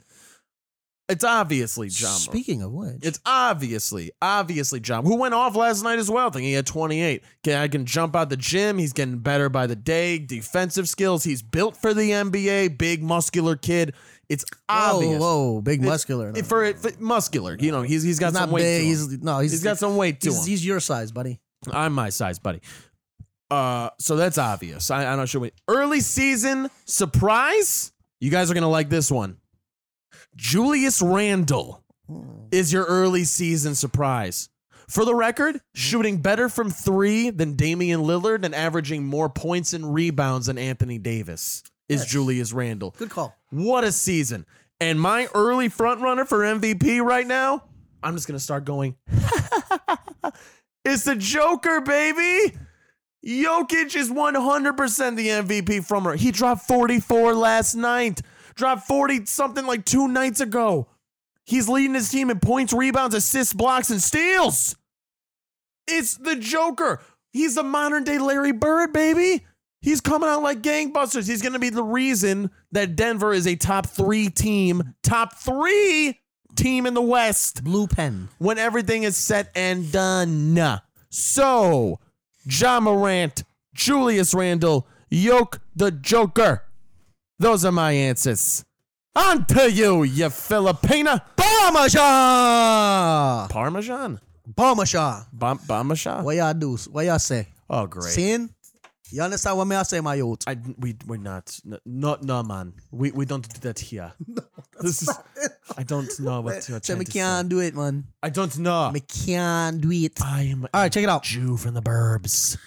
E: It's obviously John. Morant.
D: Speaking of which,
E: It's obviously, obviously John, who went off last night as well. I think he had 28. Can, I can jump out the gym. He's getting better by the day. Defensive skills. He's built for the NBA. Big, muscular kid. It's
D: Whoa,
E: obvious.
D: whoa, big
E: It's-
D: muscular.
E: It- for, for muscular, you know, he's he's got
D: he's
E: some
D: not
E: weight. to
D: big.
E: him.
D: He's no. He's,
E: he's got some weight to
D: he's,
E: him.
D: he's your size, buddy.
E: I'm my size, buddy. Uh, so that's obvious. I, I'm not sure. What, early season surprise. You guys are gonna like this one. Julius Randle is your early season surprise. For the record, shooting better from three than Damian Lillard and averaging more points and rebounds than Anthony Davis is
D: Yes.
E: Julius Randle.
D: Good call.
E: What a season. And my early front runner for MVP right now, I'm just going to start going. it's the Joker, baby. Jokic is 100% the MVP from her. He dropped 44 last night, dropped 40 something like two nights ago. He's leading his team in points, rebounds, assists, blocks, and steals. It's the Joker. He's the modern day Larry Bird, baby. He's coming out like gangbusters. He's going to be the reason that Denver is a top three team, top three team in the West
D: Blue pen.
E: when everything is set and done. So, John Morant, Julius Randle, Yoke the Joker. Those are my answers. On to you, you Filipina.
D: Parmesan.
E: Parmesan.
D: Parmesan.
E: Bam- Parmesan.
D: What y'all do? What y'all say?
E: Oh, great.
D: Sin? You understand what me I say, my youth?
E: I, we, we're not. No, no, no, man. We, we don't do that here. this is, I don't know what you're
D: Say
E: trying
D: me
E: to say.
D: can't do it, man.
E: I don't know.
D: Me can't do it.
E: I am
D: All
E: a
D: right, check it out.
E: Jew from the burbs.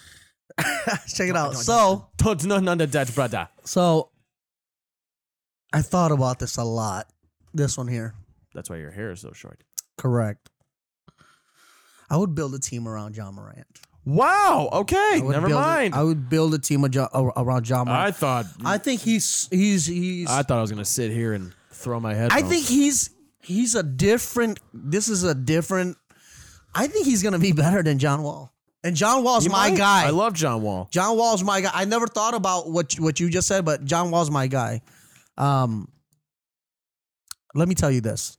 D: Check it out. So,
E: Don't know none of that, brother.
D: so I thought about this a lot. This one here.
E: That's why your hair is so short.
D: Correct. I would build a team around John Morant.
E: Wow.
D: I
E: Okay.
D: would
E: Never
D: build a-
E: mind.
D: I
E: I,
D: would build a team of Jo- ar- around John Morant.
E: thought.
D: I,
E: I,
D: think he's he's he's.
E: thought I was gonna sit here and throw my head.
D: I think he's he's a different. This is a different. I think he's gonna be better than John Wall. And John Wall's my guy.
E: I love John Wall.
D: John Wall's my guy. I never thought about what what you just said, but John Wall's my guy. Um, let me tell you this.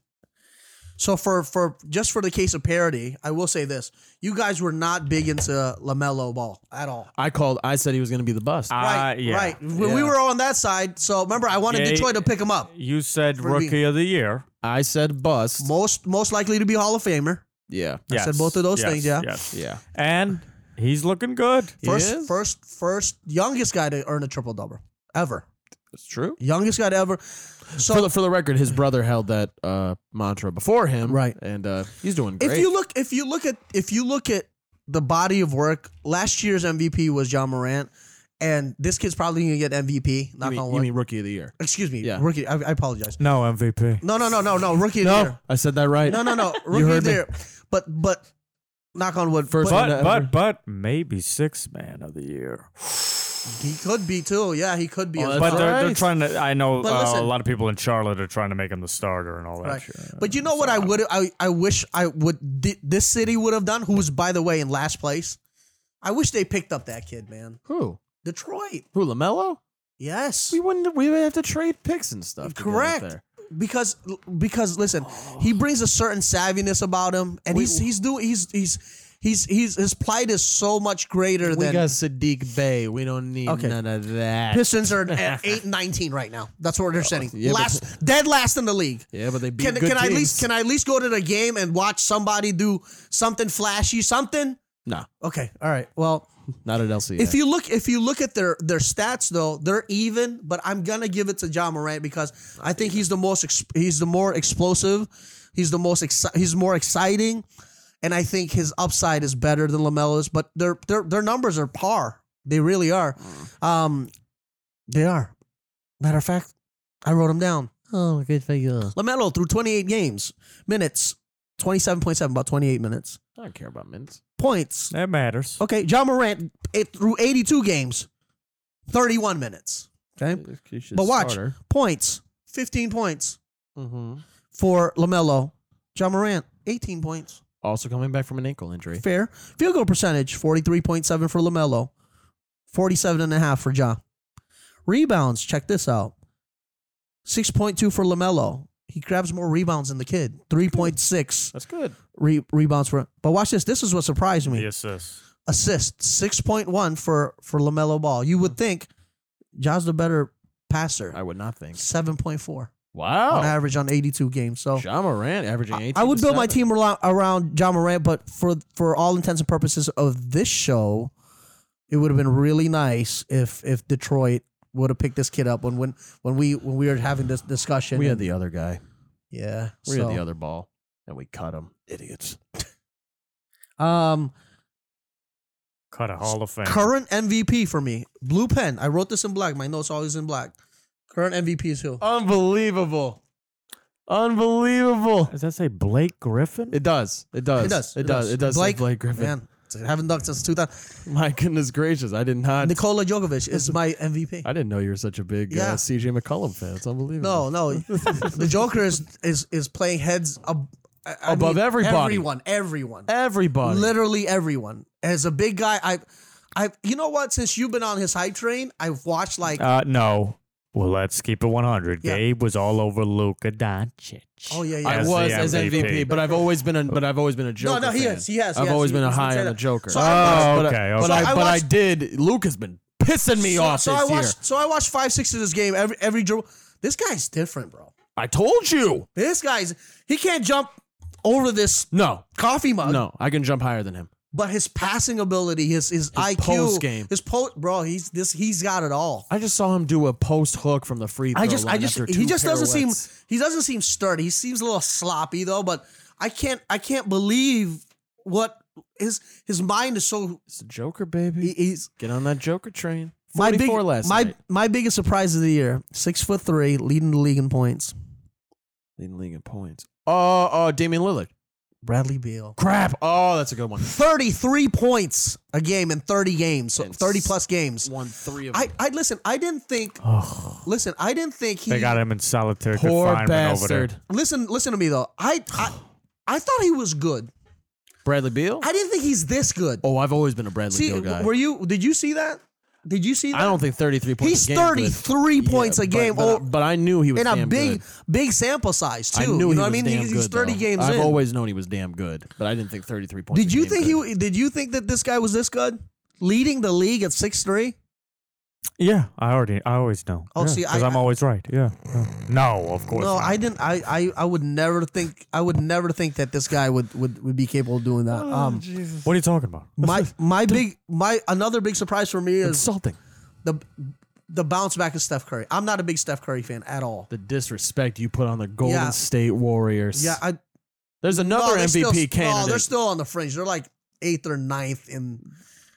D: So for for just for the case of parody, I will say this: you guys were not big into Lamelo Ball at all.
E: I called. I said he was gonna be the bust.
D: Right,
C: Uh, yeah.
D: right. When we
E: Yeah.
D: were on that side, so remember, I wanted
C: Yeah,
D: Detroit to pick him up.
C: You said
D: For
C: rookie
D: me.
C: of the year.
E: I said bust.
D: Most most likely to be Hall of Famer.
E: yeah.
C: Yes.
D: said both of those
C: yes,
D: things, yeah.
C: Yes.
E: Yeah.
C: And he's looking good.
E: He
D: First,
E: is?
D: first, first youngest guy to earn a triple double ever.
E: That's true.
D: Youngest guy to ever. So
E: for the for the record, his brother held that uh, mantra before him.
D: Right.
E: And uh, he's doing great.
D: if you look if you look at if you look at the body of work last year's mvp was john morant and this kid's probably gonna get mvp
E: you
D: not
E: mean,
D: gonna
E: you
D: work.
E: mean rookie of the year?
D: excuse me
E: Yeah.
D: rookie I, I apologize
C: No MVP.
D: no no no no no rookie of the year.
E: I said that right.
D: no no no rookie
E: heard
D: of the
E: me.
D: year. but but knock on wood
E: First
D: but
E: one
C: But
E: to
C: but
E: ever-
C: but maybe six man of the year.
D: he could be too yeah he could be
E: Oh,
D: as
E: that's
C: But
D: well.
C: they're, they're
E: Right.
C: trying to. I know
D: But
C: uh, a
D: listen-
C: lot of people in Charlotte are trying to make him the starter and all that.
D: Right.
C: Shit.
D: But you know what I would I, I wish I would thi- this city would have done who was by the way in last place. I wish they picked up that kid, man.
E: Who?
D: Detroit.
E: Who? Lamelo?
D: Yes.
E: We wouldn't. We would have to trade picks and stuff. to get up
D: Correct.
E: there.
D: because because listen,
E: Oh.
D: he brings a certain savviness about him, and he's he's doing he's he's he's he's his plight is so much greater
E: We
D: than
E: got Sadiq Bay. We don't need
D: Okay.
E: none of that.
D: Pistons are at eight and nineteen right now. That's what they're sitting
E: yeah, but-
D: last dead last in the league.
E: Yeah, but they beat
D: Can,
E: good
D: can I at
E: teams.
D: least can I at least go to the game and watch somebody do something flashy something?
E: No,
D: Okay, all right. Well,
E: not at LCA.
D: if you look if you look at their their stats though, they're even. But I'm gonna give it to John Morant because I think he's the most ex- he's the more explosive, he's the most exci- he's more exciting, and I think his upside is better than Lamelo's. But their their their numbers are par. They really are. Um, they are. Matter of fact, I wrote them down.
E: oh, good for you.
D: Lamelo through 28 games minutes, 27.7 about 28 minutes
E: I don't care about mints.
D: points.
C: That matters.
D: Okay, John Morant it, through 82 games, 31 minutes. Okay. But watch points, 15 points
E: Mm-hmm.
D: for LaMelo. John Morant, 18 points.
E: Also coming back from an ankle injury.
D: Fair. Field goal percentage, 43.7 for LaMelo, 47.5 for John. Rebounds, check this out 6.2 for LaMelo. He grabs more rebounds than the kid, 3.6
E: That's good.
D: re- rebounds for. But watch this. This is what surprised me.
C: The assist.
D: assists, six point one for for Lamelo Ball. You would think Ja's the better passer,
E: Hmm. I would Oh. not think.
D: seven point four. on
E: Wow.
D: average on 82 games. So
E: John Morant averaging 18.
D: I would
E: to
D: build my
E: seven.
D: team around, around John Morant, but for for all intents and purposes of this show, it would have been really nice if if Detroit would have picked this kid up when when when we when we were having this discussion.
E: We had
D: and-
E: the other guy.
D: yeah.
E: We
D: so,
E: had the other ball, and we cut him. Idiots.
D: Um,
C: Cut a Hall of Fame.
D: current MVP for me, blue pen. I wrote this in black. My notes always in black. Current MVP is who?
E: Unbelievable. Unbelievable.
C: Does that say Blake Griffin?
E: It does. It does.
D: It does.
E: It does. It does. Blake,
D: Blake-
E: Blake Griffin.
D: Man, I haven't done since 2000.
E: My goodness gracious! I did not.
D: Nikola Djokovic is my MVP.
E: I didn't know you were such a big
D: Yeah.
E: uh, CJ McCollum fan. It's unbelievable.
D: No, no. the Joker is is is playing heads ab- I- I
E: Above
D: mean,
E: everybody.
D: Everyone, everyone,
E: everybody.
D: literally everyone. As a big guy, I, I, you know what? Since you've been on his hype train, I've watched like,
C: Uh, no. Well, let's keep it 100.
D: Yeah.
C: Gabe was all over Luka Doncic.
D: oh yeah, yeah.
E: I
C: as
E: was
C: the
E: as
C: MVP.
E: MVP, but I've always been a but I've always been a Joker.
D: no, he
E: fan.
D: has- he has, he
E: I've
D: has.
E: always
D: He-
E: been a
D: he's
E: high
D: been
E: on the
D: that.
E: Joker.
D: So I
C: Oh,
E: but,
C: okay,
E: I, but
C: okay.
E: I
D: So I
E: but I
D: watched-
E: did. Luke has been pissing me
D: so,
E: off
D: so
E: this
D: I watched,
E: year.
D: so I watched five, six of this game. Every every dribble. This guy's different, bro.
E: I told you.
D: This guy's he can't jump over this
E: No,
D: coffee mug.
E: no, I can jump higher than him.
D: But his passing ability, his his, IQ,
E: post game.
D: his post, bro. He's this. He's got it all.
E: I just saw him do a post hook from the free throw
D: I just, I
E: line
D: just,
E: after
D: he
E: two
D: just doesn't seem,
E: pirouettes.
D: he doesn't seem sturdy. He seems a little sloppy though. But I can't, I can't believe what his his mind is so.
E: It's a Joker, baby.
D: he- he's
E: Get on that Joker train.
D: my big,
E: 44 last
D: my
E: night.
D: my biggest surprise of the year. Six foot three, leading the league in points.
E: Leading the league in points. Oh, oh, Damian Lillard.
D: Bradley Beal,
E: Crap. Oh, that's a good one.
D: thirty three points a game in thirty games, so
E: And
D: thirty
E: s-
D: plus games.
E: Won three of
D: I, I listen. I didn't think. Listen, I didn't think he.
C: They got him in solitary
E: Poor
C: confinement over
E: bastard.
C: there.
D: Listen, listen to me though. I, I, I thought he was good.
E: Bradley Beal.
D: I didn't think he's this good.
E: oh, I've always been a Bradley
D: See,
E: Beal guy.
D: were you? Did you see that? Did you see that?
E: I don't think 33 points.
D: He's
E: a game is good.
D: 33 points a
E: but-
D: game,
E: but,
D: oh,
E: but I knew he was
D: in a
E: damn
D: big,
E: good.
D: big sample size too.
E: I knew
D: you know
E: he
D: what
E: was
D: I mean?
E: damn
D: he's,
E: good.
D: he's 30
E: though.
D: games
E: I've
D: in.
E: always known he was damn good, but I didn't think 33 points.
D: did
E: a
D: you
E: game
D: think
E: good.
D: he? Did you think that this guy was this good? Leading the league at six three.
C: Yeah, I already, I always know.
D: Oh, see, I-
C: because I'm
D: I-
C: always right. Yeah, yeah. no, of course.
D: No,
C: not.
D: I didn't. I, I, I would never think. I would never think that this guy would would, would be capable of doing
E: Oh,
D: that. Um,
C: What are you talking about?
D: my my big my another big surprise for me is
E: insulting?
D: the the bounce back of Steph Curry. I'm not a big Steph Curry fan at all.
E: The disrespect you put on the Golden
D: Yeah.
E: State Warriors.
D: Yeah, I
E: there's another
D: they're
E: MVP
D: still, No,
E: candidate.
D: they're still on the fringe. They're like eighth or ninth in.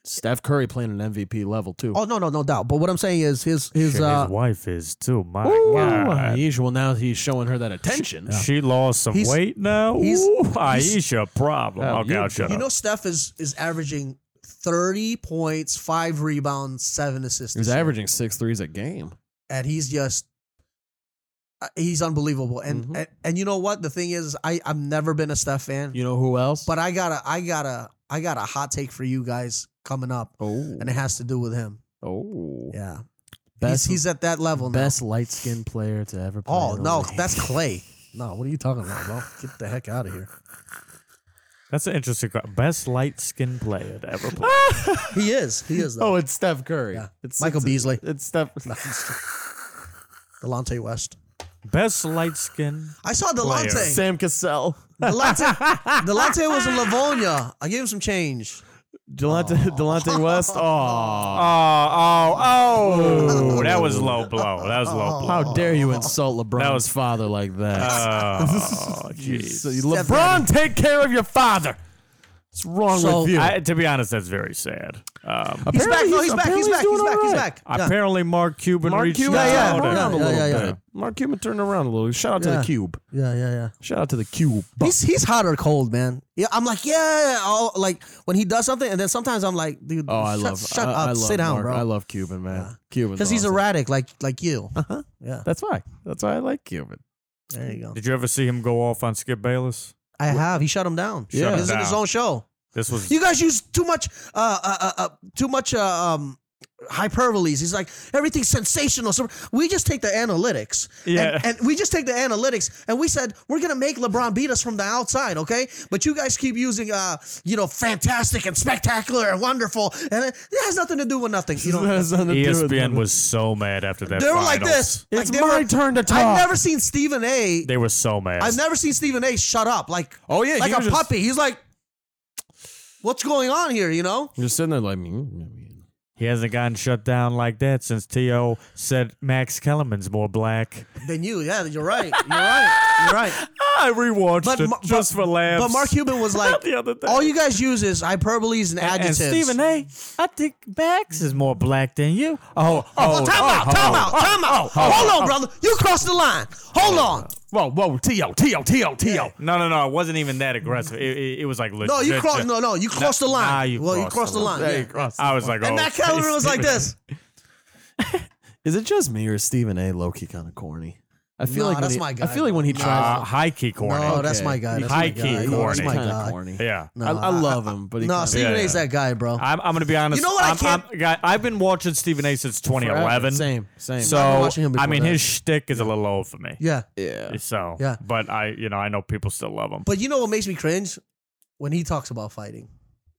E: Steph Curry playing an MVP level too.
D: Oh no, no, no doubt. But what I'm saying is his his
C: Shit,
D: uh,
C: his wife is too. My God.
E: Aisha, well, now he's showing her that attention.
C: She lost some
D: He's-
C: weight now.
D: he's-
C: Ooh,
D: he's-
C: Aisha problem.
E: Oh,
C: okay,
E: you-
C: I'll shut
D: you
C: up.
D: know Steph is is averaging thirty points, five rebounds, seven assists.
E: He was
D: this year.
E: averaging six threes a game.
D: and he's just uh, he's unbelievable. And,
C: Mm-hmm.
E: Mhm.
D: and and you know what? The thing is, I I've never been a Steph fan,
E: You know who else?
D: but I gotta I gotta I got a hot take for you guys coming up,
E: oh,
D: and it has to do with him.
E: oh,
D: Yeah,
E: best,
D: he's, he's at that level now.
E: best light skinned player to ever play.
D: Oh
E: in the
D: no,
E: league.
D: that's Clay. No, what are you talking about, bro? Get the heck out of here.
C: That's an interesting. que- Best light skinned player to ever play.
D: He is. He is
E: oh,
D: though.
E: it's Steph Curry.
D: Yeah.
E: It's
D: Michael
E: it's-
D: Beasley.
E: It's Steph. Oh.
D: Delonte West.
C: Best light skinned.
D: I saw Delonte.
E: Sam Cassell.
D: Delonte, Delonte was in Livonia. I gave him some change.
E: Delonte, Delonte West.
C: Oh,
E: Oh,
C: oh, oh! that was low blow. That was low blow.
E: how dare
D: Oh.
E: you insult LeBron's
C: That was-
E: father like that?
C: Oh,
E: You
C: jeez.
E: so- you- LeBron, take care of your father. What's wrong
D: So,
E: with you?
C: I- to be honest, that's very sad. Um,
D: He's back. No, he's back. He's
E: apparently
D: back. He's
E: doing
D: back. He's
E: all
D: back. Yeah.
C: Apparently, Mark Cuban
E: Mark
C: reached
E: Cuban
C: out.
D: yeah,
E: turned
D: yeah,
E: around a
D: yeah,
E: little
D: yeah, yeah.
E: bit. Mark Cuban turned around a little. Shout out to
D: Yeah.
E: the cube.
D: Yeah, yeah, yeah.
E: Shout out to the cube.
D: He's he's hot or cold, man. Yeah, I'm like, yeah. Oh, like when he does something, and then sometimes I'm like, dude,
E: Oh, I
D: shut,
E: love.
D: shut
E: I,
D: up,
E: I love
D: sit down,
E: Mark. I
D: bro.
E: love Cuban man. Cuban
D: Because he's erratic, like like you.
E: Uh-huh.
D: Yeah,
E: That's why. That's why I like Cuban.
D: there you go.
C: Did you ever see him go off on Skip Bayless?
D: I have. He shut him down.
E: Yeah.
D: he was in his
C: Down.
D: own show.
C: This was
D: You guys use too much, uh, uh, uh, uh, too much, uh, um, hyperboles. He's like, everything's sensational. So we just take the analytics. and-
C: Yeah.
D: And, we just take the analytics and we said, we're going to make LeBron beat us from the outside, okay? But you guys keep using, uh, you know, fantastic and spectacular and wonderful. And it, it has nothing to do with nothing. You know,
E: E
C: ESPN was so mad after that.
D: they were like
C: finals.
D: this.
E: It's
D: like they
E: my turn to talk.
D: I've never seen Stephen A.
C: They were so mad.
D: I've never seen Stephen A. shut up like
E: Oh, yeah,
D: like
E: he
D: a
E: was just-
D: puppy. He's like, what's going on here? You know,
E: You're sitting there like, mm,
C: he hasn't gotten shut down like that since T.O. said Max Kellerman's more black.
D: than you. Yeah, you're right. You're right. You're right.
C: I rewatched
D: But
C: it
D: Ma-
C: just for laughs.
D: But Mark Cuban was like,
C: The other day.
D: all you guys use is hyperboles and adjectives.
C: And Stephen A, I think Max is more black than you. Oh,
D: Oh, well, time out, time out, time out. Hold on, oh, brother. You crossed the line. Hold on.
E: Whoa, whoa, T.O., T.O., T.O., T.O.
C: No, no, no. It wasn't even that aggressive. It, it, it was like legit.
D: No, you crossed. No, no, you crossed the line.
C: nah, you
D: well, you
C: crossed
D: crossed
C: the
D: the line.
E: There you
D: yeah.
E: cross.
C: I was like, oh,
D: And Matt Kellerman was like this.
E: Is it just me or is Stephen A. Loki kind of corny? I feel
D: Nah,
E: like when
D: that's
E: he,
D: my
E: I
D: guy.
E: feel like when he
D: Nah.
E: tries,
C: Uh, high key corner.
D: No, that's
E: Okay.
D: my guy. That's
C: High
D: my
C: key
D: guy.
E: he's
D: No, that's
C: corny.
D: my
E: kind of
D: guy.
E: corny.
C: Yeah.
E: I, I love him, but he
D: No,
E: kinda-
D: Stephen
C: Yeah,
D: A's
C: yeah.
D: that guy, bro.
C: I'm, I'm gonna be honest.
D: You know what I
C: I'm,
D: can't-
C: I'm- guy- I've been watching Stephen A. since 2011.
E: Same, same.
D: been
C: So
D: watching him
C: I
D: before
C: mean,
D: that.
C: his shtick is a little old for me.
D: yeah.
E: yeah.
C: So
D: Yeah.
C: but I, you know, I know people still love him.
D: But you know what makes me cringe? When he talks about fighting.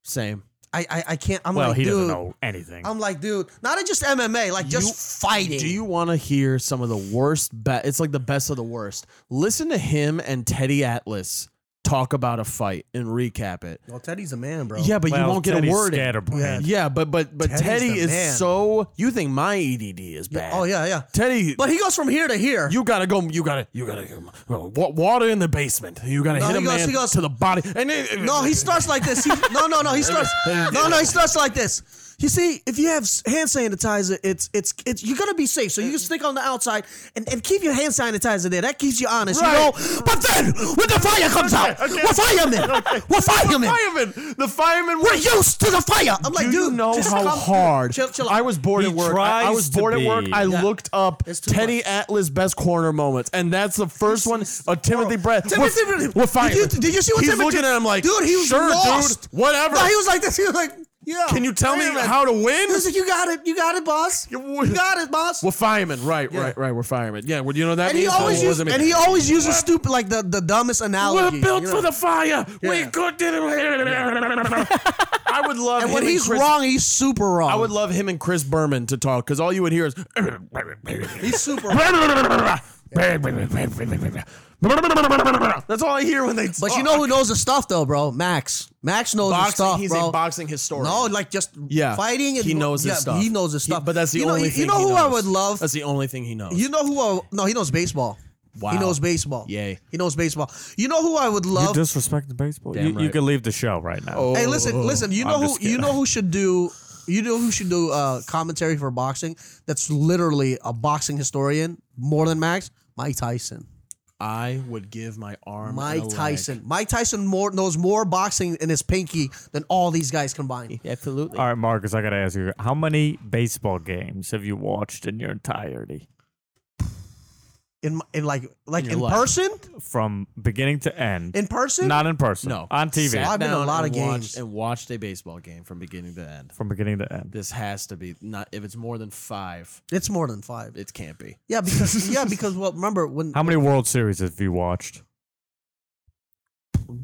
E: Same.
D: I I, I can't. I'm
C: well,
D: like,
C: he
D: dude.
C: doesn't know anything.
D: I'm like, dude, not just MMA, like just
E: You-
D: fighting.
E: Do you want to hear some of the worst? Be- it's like the best of the worst. Listen to him and Teddy Atlas talk about a fight and recap it.
D: Well, Teddy's a man, bro.
E: Yeah, but
C: well,
E: you won't get
C: Teddy's
E: a word in.
C: Scatterbrained.
E: Yeah, but but but
D: Teddy's
E: Teddy
D: the
E: is
D: man.
E: so. You think my ADD is bad?
D: Oh yeah, yeah.
E: Teddy.
D: But he goes from here to here.
E: you gotta go. You gotta. You gotta. Go, wa- water in the basement. You gotta
D: No,
E: hit a
D: he goes-
E: man
D: he goes-
E: to the body. And it,
D: no, he starts like this. He, no, no, no. He starts. No, no. He starts like this. You see, if you have s- hand sanitizer, it's it's it's you gotta be safe. So you stick on the outside and, and keep your hand sanitizer there. That keeps you honest, you know. But then when the fire comes out, we're firemen. We're firemen.
E: fireman. The fireman.
D: We're used to the fire. I'm like,
E: Do
D: dude,
E: you know
D: just
E: how
D: come-
E: hard?
D: Chill, chill out.
E: I was bored
C: He
E: at work. I, I
C: tries
E: was
C: to
E: bored at
C: be.
E: work. I
D: Yeah.
E: looked up
D: It's too
E: Teddy
D: much.
E: Atlas best corner moments, and that's the first one. A Timothy Brett.
D: Timothy
E: we're,
D: Timothy-
E: We're fired.
D: Did you, did you see what
E: He's
D: Timothy
E: looking at him like,
D: dude? He was
E: sure,
D: lost.
E: dude. Whatever.
D: No, he was like this. He was like, yeah.
E: Can you tell me
D: Wait a minute.
E: how to
D: He was
E: win?
D: like, you got it, you got it, boss. You
E: You-
D: got it, boss.
E: We're firemen. Right,
D: Yeah.
E: right, right. We're firemen. Yeah. Well, you know that
D: and he
E: means? No,
D: always
E: it
D: uses,
E: wasn't me.
D: and he always uses stupid, like the, the dumbest
E: We're
D: analogy.
E: built
D: you
E: for
D: know?
E: the fire. We
D: Yeah.
E: could. I would love.
D: And when
E: him
D: he's
E: Chris-
D: wrong, he's super wrong.
E: I would love him and Chris Berman to talk because all you would hear is.
D: He's super. wrong.
E: That's all I hear when they.
D: But you know who knows the stuff though, bro? Max. Max knows the
E: Oh, boxing.
D: stuff,
E: he's
D: bro.
E: a boxing historian.
D: no, like just
E: yeah,
D: fighting. And
E: he knows his
D: yeah,
E: stuff.
D: He knows his stuff.
E: but that's the
D: you know,
E: only
D: you-
E: thing.
D: You know
E: he
D: who I
E: knows.
D: would love?
E: That's the only thing he knows.
D: You know who? I, no, he knows baseball.
E: Wow.
D: He knows baseball.
E: Yay.
D: He knows baseball. You know who I would
C: You
D: love?
C: disrespect the baseball.
E: Damn
C: you, you
E: right.
C: can leave the show right now.
E: Oh.
D: hey, listen, listen. You
C: I'm
D: know who?
C: just
D: You
C: kidding.
D: know who should do? You know who should do uh, commentary for boxing? That's literally a boxing historian more than Max. Mike Tyson.
E: I would give my arm. and a
D: Mike
E: leg.
D: Tyson. Mike Tyson more knows more boxing in his pinky than all these guys combined.
E: Absolutely.
C: All right, Marcus, I gotta ask you: How many baseball games have you watched in your entirety,
D: In in like like
E: In your
D: in
E: life.
D: person,
C: from beginning to end?
D: in person.
C: Not in person.
E: No,
C: on TV.
E: Sat
D: I've been to a
E: down
D: lot of
E: and
D: games.
E: watched, and watched a baseball game from beginning to end.
C: From beginning to end.
E: This has to be not if it's more than five,
D: it's more than five.
E: it can't be.
D: Yeah, because yeah, because well, remember when
C: How many World Series have you watched?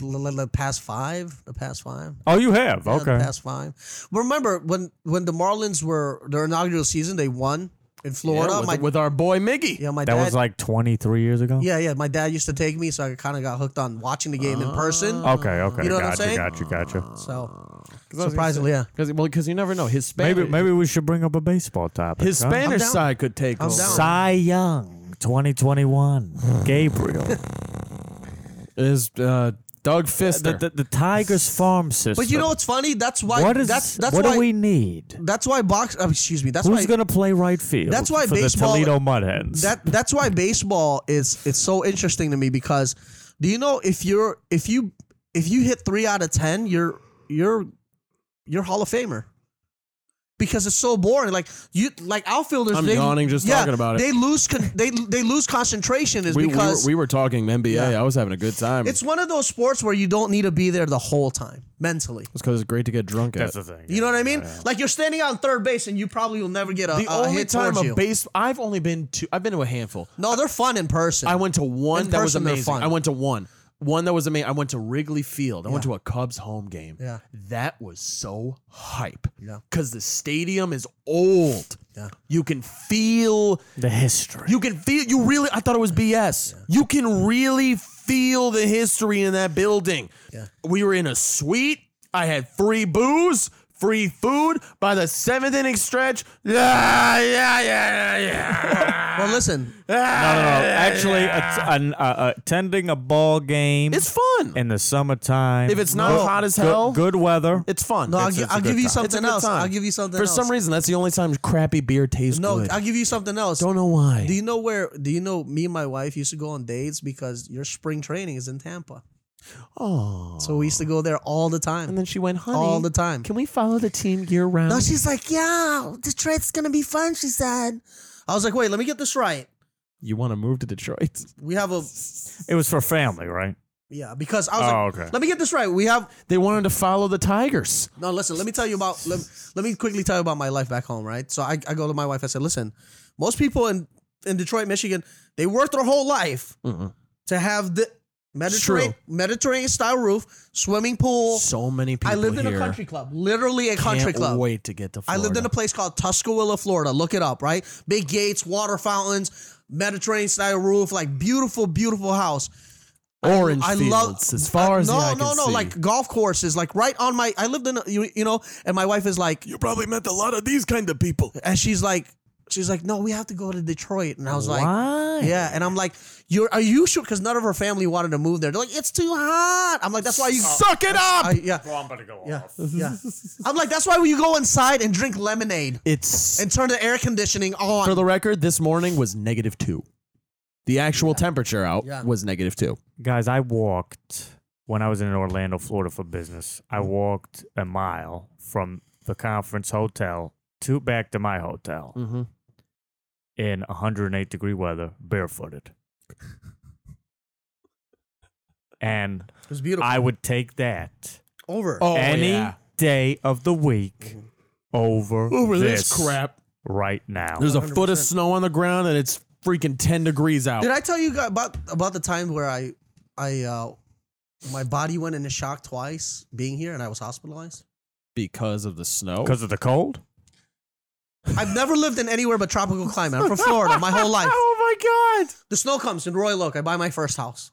D: l- l- the past five, the past five.
C: Oh, you have.
D: Yeah, the
C: okay.
D: past five. Remember when when the Marlins were their inaugural season, they won in Florida.
E: Yeah, with,
D: my
E: with our boy Miggy.
D: yeah, my
C: That
D: dad.
C: was like 23 years ago.
D: yeah, yeah. My dad used to take me, so I kind of got hooked on watching the game in person.
C: Okay. Okay.
D: You know what I'm
C: gotcha,
D: saying?
C: gotcha. Gotcha.
D: So surprisingly, yeah.
E: Because well, because you never know his Spanish.
C: Maybe maybe we should bring up a baseball topic.
E: his
C: huh?
D: I'm
E: Spanish
D: down.
E: side could take.
D: I'm
E: over.
D: down.
C: Cy Young 2021. Gabriel.
E: Is uh, Doug
C: the,
E: Fister?
C: the, the Tigers farm system.
D: But you know what's funny? That's why.
C: what is
D: that's that's
C: what
D: why
C: do we need?
D: That's why box. Uh, excuse me. That's
C: Who's
D: why
C: going to play right field?
D: That's why
C: for
D: baseball-
C: the Toledo Mudhens.
D: that that's why baseball is it's so interesting to me because do you know if you're if you if you hit three out of ten, you're you're you're Hall of Famer because it's so boring. Like you, like outfielders.
E: I'm
D: they,
E: yawning just
D: yeah,
E: talking about it.
D: They lose. Con- they they lose concentration is
E: we, we, were,
D: because
E: we were talking NBA. I was having a good time.
D: it's one of those sports where you don't need to be there the whole time mentally.
E: because it's great to get drunk
C: That's
E: at.
C: the thing.
D: You know what I mean? Like you're standing on third base and you probably will never get a,
E: the
D: a
E: only
D: hit
E: time
D: towards
E: a
D: you.
E: base, I've only been to, I've been to a handful.
D: no, they're fun in person.
E: I went to one
D: In
E: that was
D: person, they're
E: amazing.
D: fun.
E: I went to one. One that was amazing. I went to Wrigley Field. I went to a Cubs home game.
D: Yeah.
E: That was so hype.
D: Yeah.
E: Because the stadium is old.
D: Yeah.
E: You can feel
C: The history.
E: you can feel you really I thought it was BS. You can really feel the history in that building.
D: Yeah.
E: We were in a suite. I had free booze, free food. By the seventh inning stretch, yeah, yeah, yeah, yeah.
D: well, listen,
C: No, no, no. Oh, Actually, att- an, uh, attending a ball game
E: it's fun.
C: in the summertime.
E: if it's not
D: No.
E: hot as
C: good,
E: hell,
C: good weather.
E: it's fun.
D: No, I'll,
E: It's-
D: gi-
E: it's a
D: I'll
E: good
D: give you
E: time. It's a
D: something
E: good
D: else.
E: time.
D: I'll give you something
E: For
D: else.
E: some reason, that's the only time crappy beer tastes
D: No,
E: good.
D: I'll give you something else.
E: Don't know why.
D: Do you know where? Do you know me and my wife used to go on dates because your spring training is in Tampa.
E: oh.
D: So we used to go there all the
E: And
D: time.
E: then she went, honey,
D: All the time.
E: Can we follow the team year round?
D: No, she's like, yeah, Detroit's gonna be fun. She said. I was like, wait, let me get this right.
E: you want to move to Detroit?
D: We have a
C: It was for family, right?
D: yeah because I was
C: Oh,
D: like,
C: okay.
D: let me get this right. We have
E: They wanted to follow the Tigers.
D: No, listen, let me tell you about let, let me quickly tell you about my life back home, right? So I, I go to my wife, I said, listen, most people in, in Detroit, Michigan, they work their whole life to have the Mediterranean Mediterranean style roof, swimming pool.
E: So many people
D: I lived in
E: here
D: a country club. Literally a
E: can't
D: country club.
E: wait to get to
D: I
E: Florida.
D: lived in a place called Tuscaloosa, Florida. Look it up, right? Big gates, water fountains, Mediterranean style roof, like beautiful, beautiful house.
E: Orange
D: I
E: fields,
D: love uh,
E: as far as
D: no,
E: the eye
D: no,
E: can
D: no,
E: see.
D: like golf courses, like right on my. I lived in, a, you, you know, and my wife is like,
E: you probably met a lot of these kind of people.
D: and she's like, she's like, no, we have to go to Detroit, and I was like,
E: Why?
D: yeah, and I'm like, you're are you sure? Because none of her family wanted to move there. They're like, it's too hot. I'm like, that's why you
E: Suck it up.
D: I, yeah,
C: Well, Oh, I'm about to go
D: yeah, yeah. I'm like, that's why you go inside and drink lemonade
E: it's
D: and turn the air conditioning on.
E: for the record, this morning was negative two. The actual temperature out
D: Yeah.
E: was negative two.
C: Guys, I walked when I was in Orlando, Florida for business. I walked a mile from the conference hotel to back to my hotel
E: Mm-hmm.
C: in 108 degree weather, barefooted. and
D: it was beautiful.
C: I would take that
E: Oh,
D: Over.
C: any day of the week over, right now.
E: There's a foot of snow on the ground and it's freaking ten degrees out.
D: Did I tell you guys about about the time where I I uh my body went into shock twice being here and I was hospitalized?
E: because of the snow.
C: Because of the cold?
D: I've never lived in anywhere but tropical climate. I'm from Florida my whole life.
E: Oh my god.
D: The snow comes in Royal Oak. I buy my first house.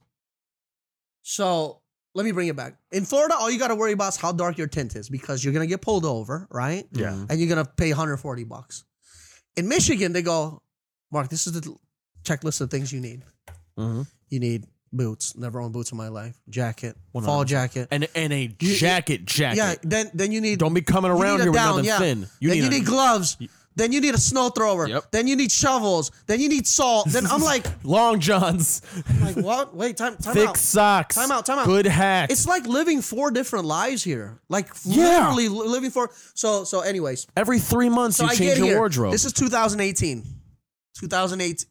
D: So let me bring it back. In Florida, all you got to worry about is how dark your tint is because you're gonna get pulled over, right?
E: Mm-hmm.
C: Yeah.
D: And you're gonna pay 140 bucks. In Michigan, they go, Mark, this is the checklist of things you need.
E: Mhm.
D: You need boots. Never owned boots in my life. Jacket, fall jacket.
E: And and a jacket jacket.
D: yeah. Then then you need
E: Don't be coming
D: you need
E: around
D: a
E: here
D: down,
E: with nothing
D: yeah.
E: thin.
D: then you
E: a-
D: need gloves. Then you need a snow thrower.
E: Yep.
D: Then you need shovels. Then you need salt. Then I'm like,
E: long johns,
D: I'm like what? Wait, time, time
E: thick
D: out.
E: socks.
D: Time out, time out.
E: Good hat.
D: It's like living four different lives here. Like
E: Yeah.
D: literally li- living four. So so anyways,
E: Every three months
D: so
E: you
D: I
E: change
D: get
E: your
D: here.
E: wardrobe.
D: This is 2018. 2008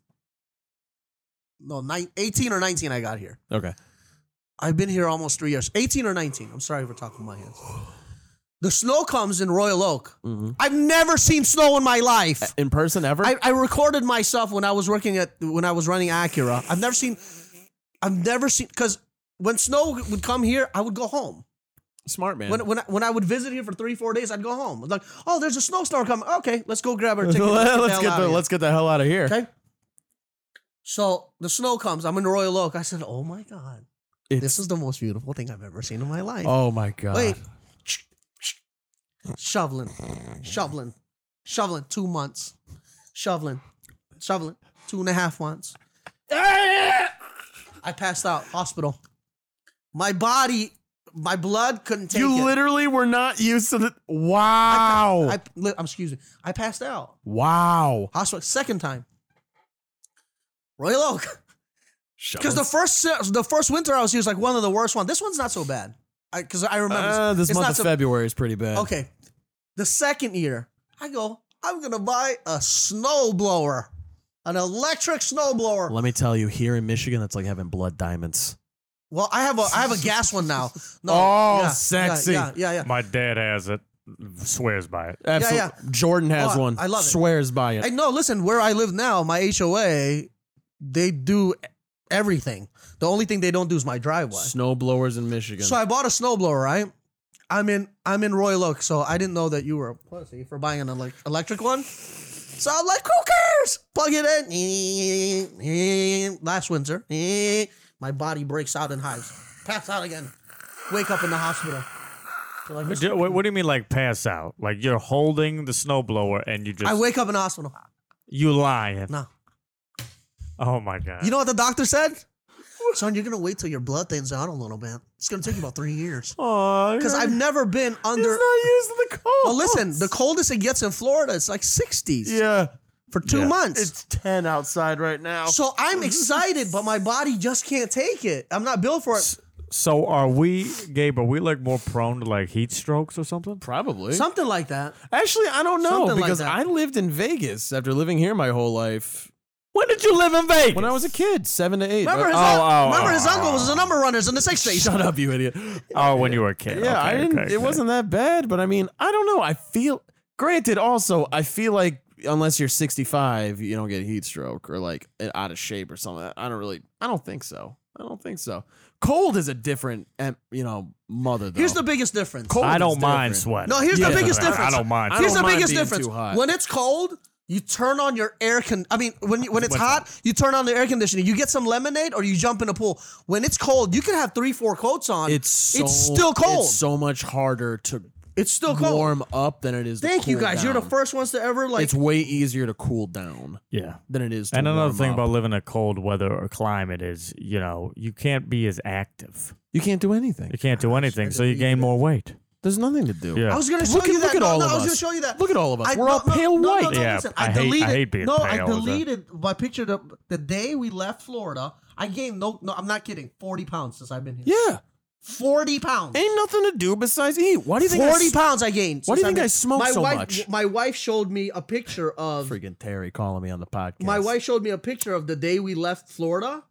D: No, nine, 18 or 19 I got here.
E: okay.
D: I've been here almost 3 years. 18 or 19. I'm sorry for talking with my hands. The snow comes in Royal Oak.
E: Mm-hmm.
D: I've never seen snow in my life.
E: Uh, In person ever?
D: I, I recorded myself when I was working at when I was running Acura. I've never seen, I've never seen because when snow would come here, I would go home.
E: Smart man.
D: When when I, when I would visit here for three four days, I'd go home. Like, oh, there's a snowstorm coming. Okay, let's go grab our ticket.
E: let's get
D: out
E: the
D: of here.
E: let's get the hell out of here.
D: okay. So the snow comes. I'm in Royal Oak. I said, oh my god,
E: It's-
D: this is the most beautiful thing I've ever seen in my life.
E: Oh my god.
D: Wait. Shoveling. Shoveling. Shoveling. Two months. Shoveling. Shoveling. Two and a half months. I passed out. Hospital. My body, my blood couldn't take
E: You
D: it.
E: literally were not used to the Wow.
D: I, li- I'm excuse me. I passed out.
E: wow.
D: Hospital. Second time. Royal Oak. Because the first the first winter I was here was like one of the worst ones. This one's not so bad. Because I, remember
E: Uh, this
D: it's
E: month
D: not
E: of
D: so-
E: February is pretty bad.
D: Okay. The second year, I go, I'm gonna buy a snowblower, an electric snowblower.
E: Let me tell you, here in Michigan, it's like having blood diamonds.
D: Well, I have a I have a gas one now. No,
E: Oh,
D: yeah, yeah,
E: sexy.
D: Yeah, yeah, yeah.
C: My dad has it. Swears by it.
E: Absolutely.
D: yeah.
E: Jordan has
D: Oh,
E: one.
D: I love it.
E: Swears by it.
D: Hey, no, listen, where I live now, my HOA, they do everything. The only thing they don't do is my driveway.
E: Snow blowers in Michigan.
D: So I bought a snowblower, right? I'm in I'm in Royal Oak, so I didn't know that you were a pussy for buying an elec electric one. So I'm like, who cares? Plug it in. Last winter, my body breaks out in hives. Pass out again. Wake up in the hospital. They're like, "Mr.
C: Do- What what do you mean, like pass out? Like you're holding the snowblower and you just
D: I wake up in the hospital.
C: you lying?
D: No.
C: Oh my god!
D: You know what the doctor said? Son, you're gonna wait till your blood thins out a little bit. It's gonna take you about three years. Because I've never been under.
E: used to the cold.
D: Well, Oh, listen, the coldest it gets in Florida is like 60s
E: Yeah.
D: for two
E: Yeah.
D: months.
E: It's 10 outside right now.
D: so I'm excited, but my body just can't take it. I'm not built for it.
C: so are we, Gabe? Are we like more prone to like heat strokes or something?
E: Probably.
D: Something like that.
E: Actually, I don't know
D: Something like
E: because
D: that.
E: I lived in Vegas after living here my whole life.
C: When did you live in Vegas?
E: When I was a kid, seven to eight.
D: Remember his,
E: Uh,
D: un-
C: oh,
D: remember
C: oh,
D: his
C: oh.
D: uncle was a number runners in the six station.
E: shut up, you idiot.
C: oh, when you were a kid.
E: Yeah, I
C: Okay,
E: didn't.
C: okay, okay.
E: it wasn't that bad, but I mean, I don't know. I feel. Granted, also, I feel like unless you're 65, you don't get heat stroke or like eh, out of shape or something. I don't really. I don't think so. I don't think so. Cold is a different, em- you know, mother. Though.
D: Here's the biggest difference.
E: Cold
C: I
E: is
C: don't mind
E: different.
C: sweating.
D: No, here's
E: Yeah.
D: the biggest
C: I-
D: difference.
C: I don't mind.
E: I
D: Here's
E: don't
D: the
E: mind
D: biggest
E: being
D: difference.
E: too hot.
D: When it's cold, you turn on your air con. I mean, when you, when it's
C: What's
D: hot, you turn on the air conditioning. You get some lemonade, or you jump in a pool. When it's cold, you can have three, four coats on.
E: It's so,
D: it's still cold.
E: It's so much harder to
D: It's still cold.
E: warm up than it is. to
D: Thank you
E: cool
D: guys. You're the
E: down.
D: first ones to ever like.
E: it's way easier to cool down
C: Yeah.
E: than it is. To
C: And another
E: warm
C: thing
E: up.
C: about living in a cold weather or climate is, you know, you can't be as active.
E: you can't do anything.
C: You can't do anything, so you gain more weight.
E: There's nothing to do.
C: Yeah.
D: I was gonna show
E: Look at-
D: you
E: look
D: that.
E: at
D: No,
E: all
D: no,
E: of
D: I was gonna
E: us.
D: show you that.
E: Look at all of us.
D: I-
E: We're
D: no,
E: all
D: no,
E: pale
D: no,
E: white.
D: No, no,
C: Yeah,
D: listen,
C: I
D: I,
C: hate- I
D: deleted.
C: hate being
D: no,
C: pale,
D: I
C: is it?
D: deleted my picture the, the day we left Florida. I gained no, no, I'm not kidding. 40 pounds since I've been here.
E: Yeah.
D: 40 pounds.
E: Ain't nothing to do besides eat. Why do you think? I
D: 40
E: s-
D: pounds I gained.
E: Why do you
D: since
E: think
D: I've
E: I
D: been-
E: smoke
D: my
E: so
D: wife,
E: much?
D: My wife showed me a picture of
E: Freaking Terry calling me on the podcast.
D: my wife showed me a picture of the day we left Florida,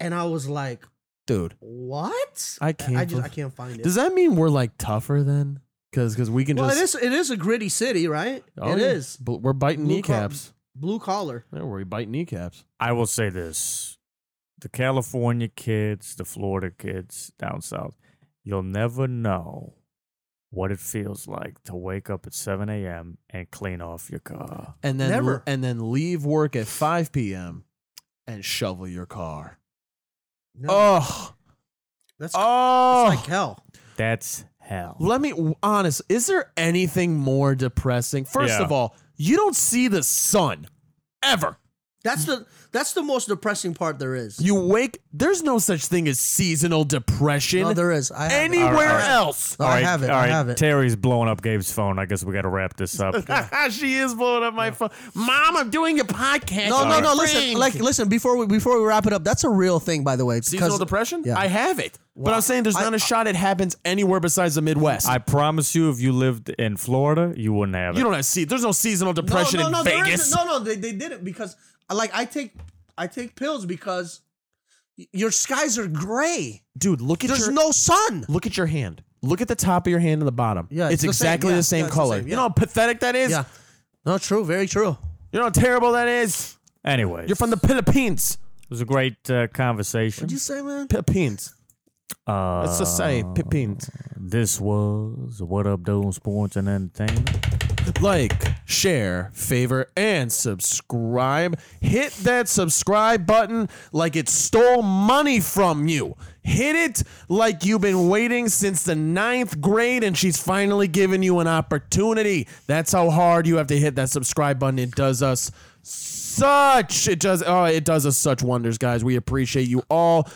D: and I was like,
E: dude.
D: "What?
E: I can't
D: I just I
E: believe-
D: can't find it."
E: Does that mean we're like tougher then? Because because we can
D: well,
E: just.
D: it is it is a gritty city, right?
E: Oh,
D: It
E: yeah.
D: is
E: But we're biting
D: Blue collar-
E: kneecaps.
D: blue collar.
E: Yeah, we're biting kneecaps.
C: I will say this the California kids, the Florida kids down south, you'll never know what it feels like to wake up at 7 a.m. and clean off your car.
E: And then
D: Never.
E: and then leave work at 5 p.m. and shovel your car.
D: No,
E: Oh,
D: that's
E: oh.
D: it's like hell.
C: That's hell.
E: Let me honest. Is there anything more depressing? First
C: Yeah.
E: of all, you don't see the sun ever.
D: That's the that's the most depressing part there is.
E: You wake. There's no such thing as seasonal depression
D: no, there is. I have it.
E: anywhere
C: All right.
E: else.
D: No, I have it. I have it.
C: Terry's blowing up Gabe's phone. I guess we got to wrap this up.
E: she is blowing up my phone. Mom, I'm doing a podcast.
D: no, no,
E: with my
D: no. Listen,
E: friend.
D: like, listen. Before we before we wrap it up, that's a real thing, by the way.
E: seasonal
D: 'cause-
E: depression.
D: yeah.
E: I have it, but I'm saying there's not a shot it happens anywhere besides the Midwest.
C: I promise you, if you lived in Florida, you wouldn't have it.
E: you don't have see. There's no seasonal depression
D: no, no, no,
E: in
D: there isn't.
E: Vegas.
D: No, no, they, they didn't because like I take I take pills because y- your skies are gray.
E: Dude, look at
D: There's
E: your
D: no sun.
E: look at your hand. Look at the top of your hand and the bottom.
D: Yeah,
E: it's,
D: it's the same.
E: exactly
D: Yeah,
E: the same
D: yeah, it's the
E: color.
D: same,
E: You
D: yeah.
E: know how pathetic that is.
D: No, true, very true.
E: You know how terrible that is?
C: Anyways,
E: You're from the Philippines.
C: It was a great uh, conversation.
D: What'd you say, man?
E: Philippines.
C: Uh,
E: Let's just say Philippines.
C: this was What Up Dome Sports and Entertainment.
E: Like, share, favor, and subscribe. Hit that subscribe button like it stole money from you. Hit it like you've been waiting since the ninth grade and she's finally giving you an opportunity. That's how hard you have to hit that subscribe button. It does us such it does oh it does us such wonders, guys. We appreciate you all.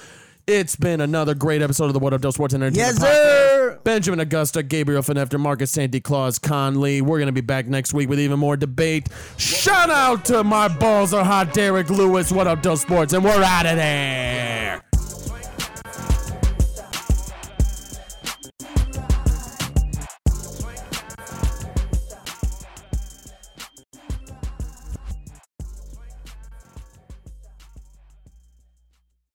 E: It's been another great episode of the What Up Dose Sports and Entertainment
D: Yes,
E: Podcast.
D: sir.
E: Benjamin Augusta, Gabriel Finefter, Marcus Santa Claus, Conley. We're going to be back next week with even more debate. Shout out to my balls are hot, Derek Lewis. What up, Dose Sports? And we're out of there.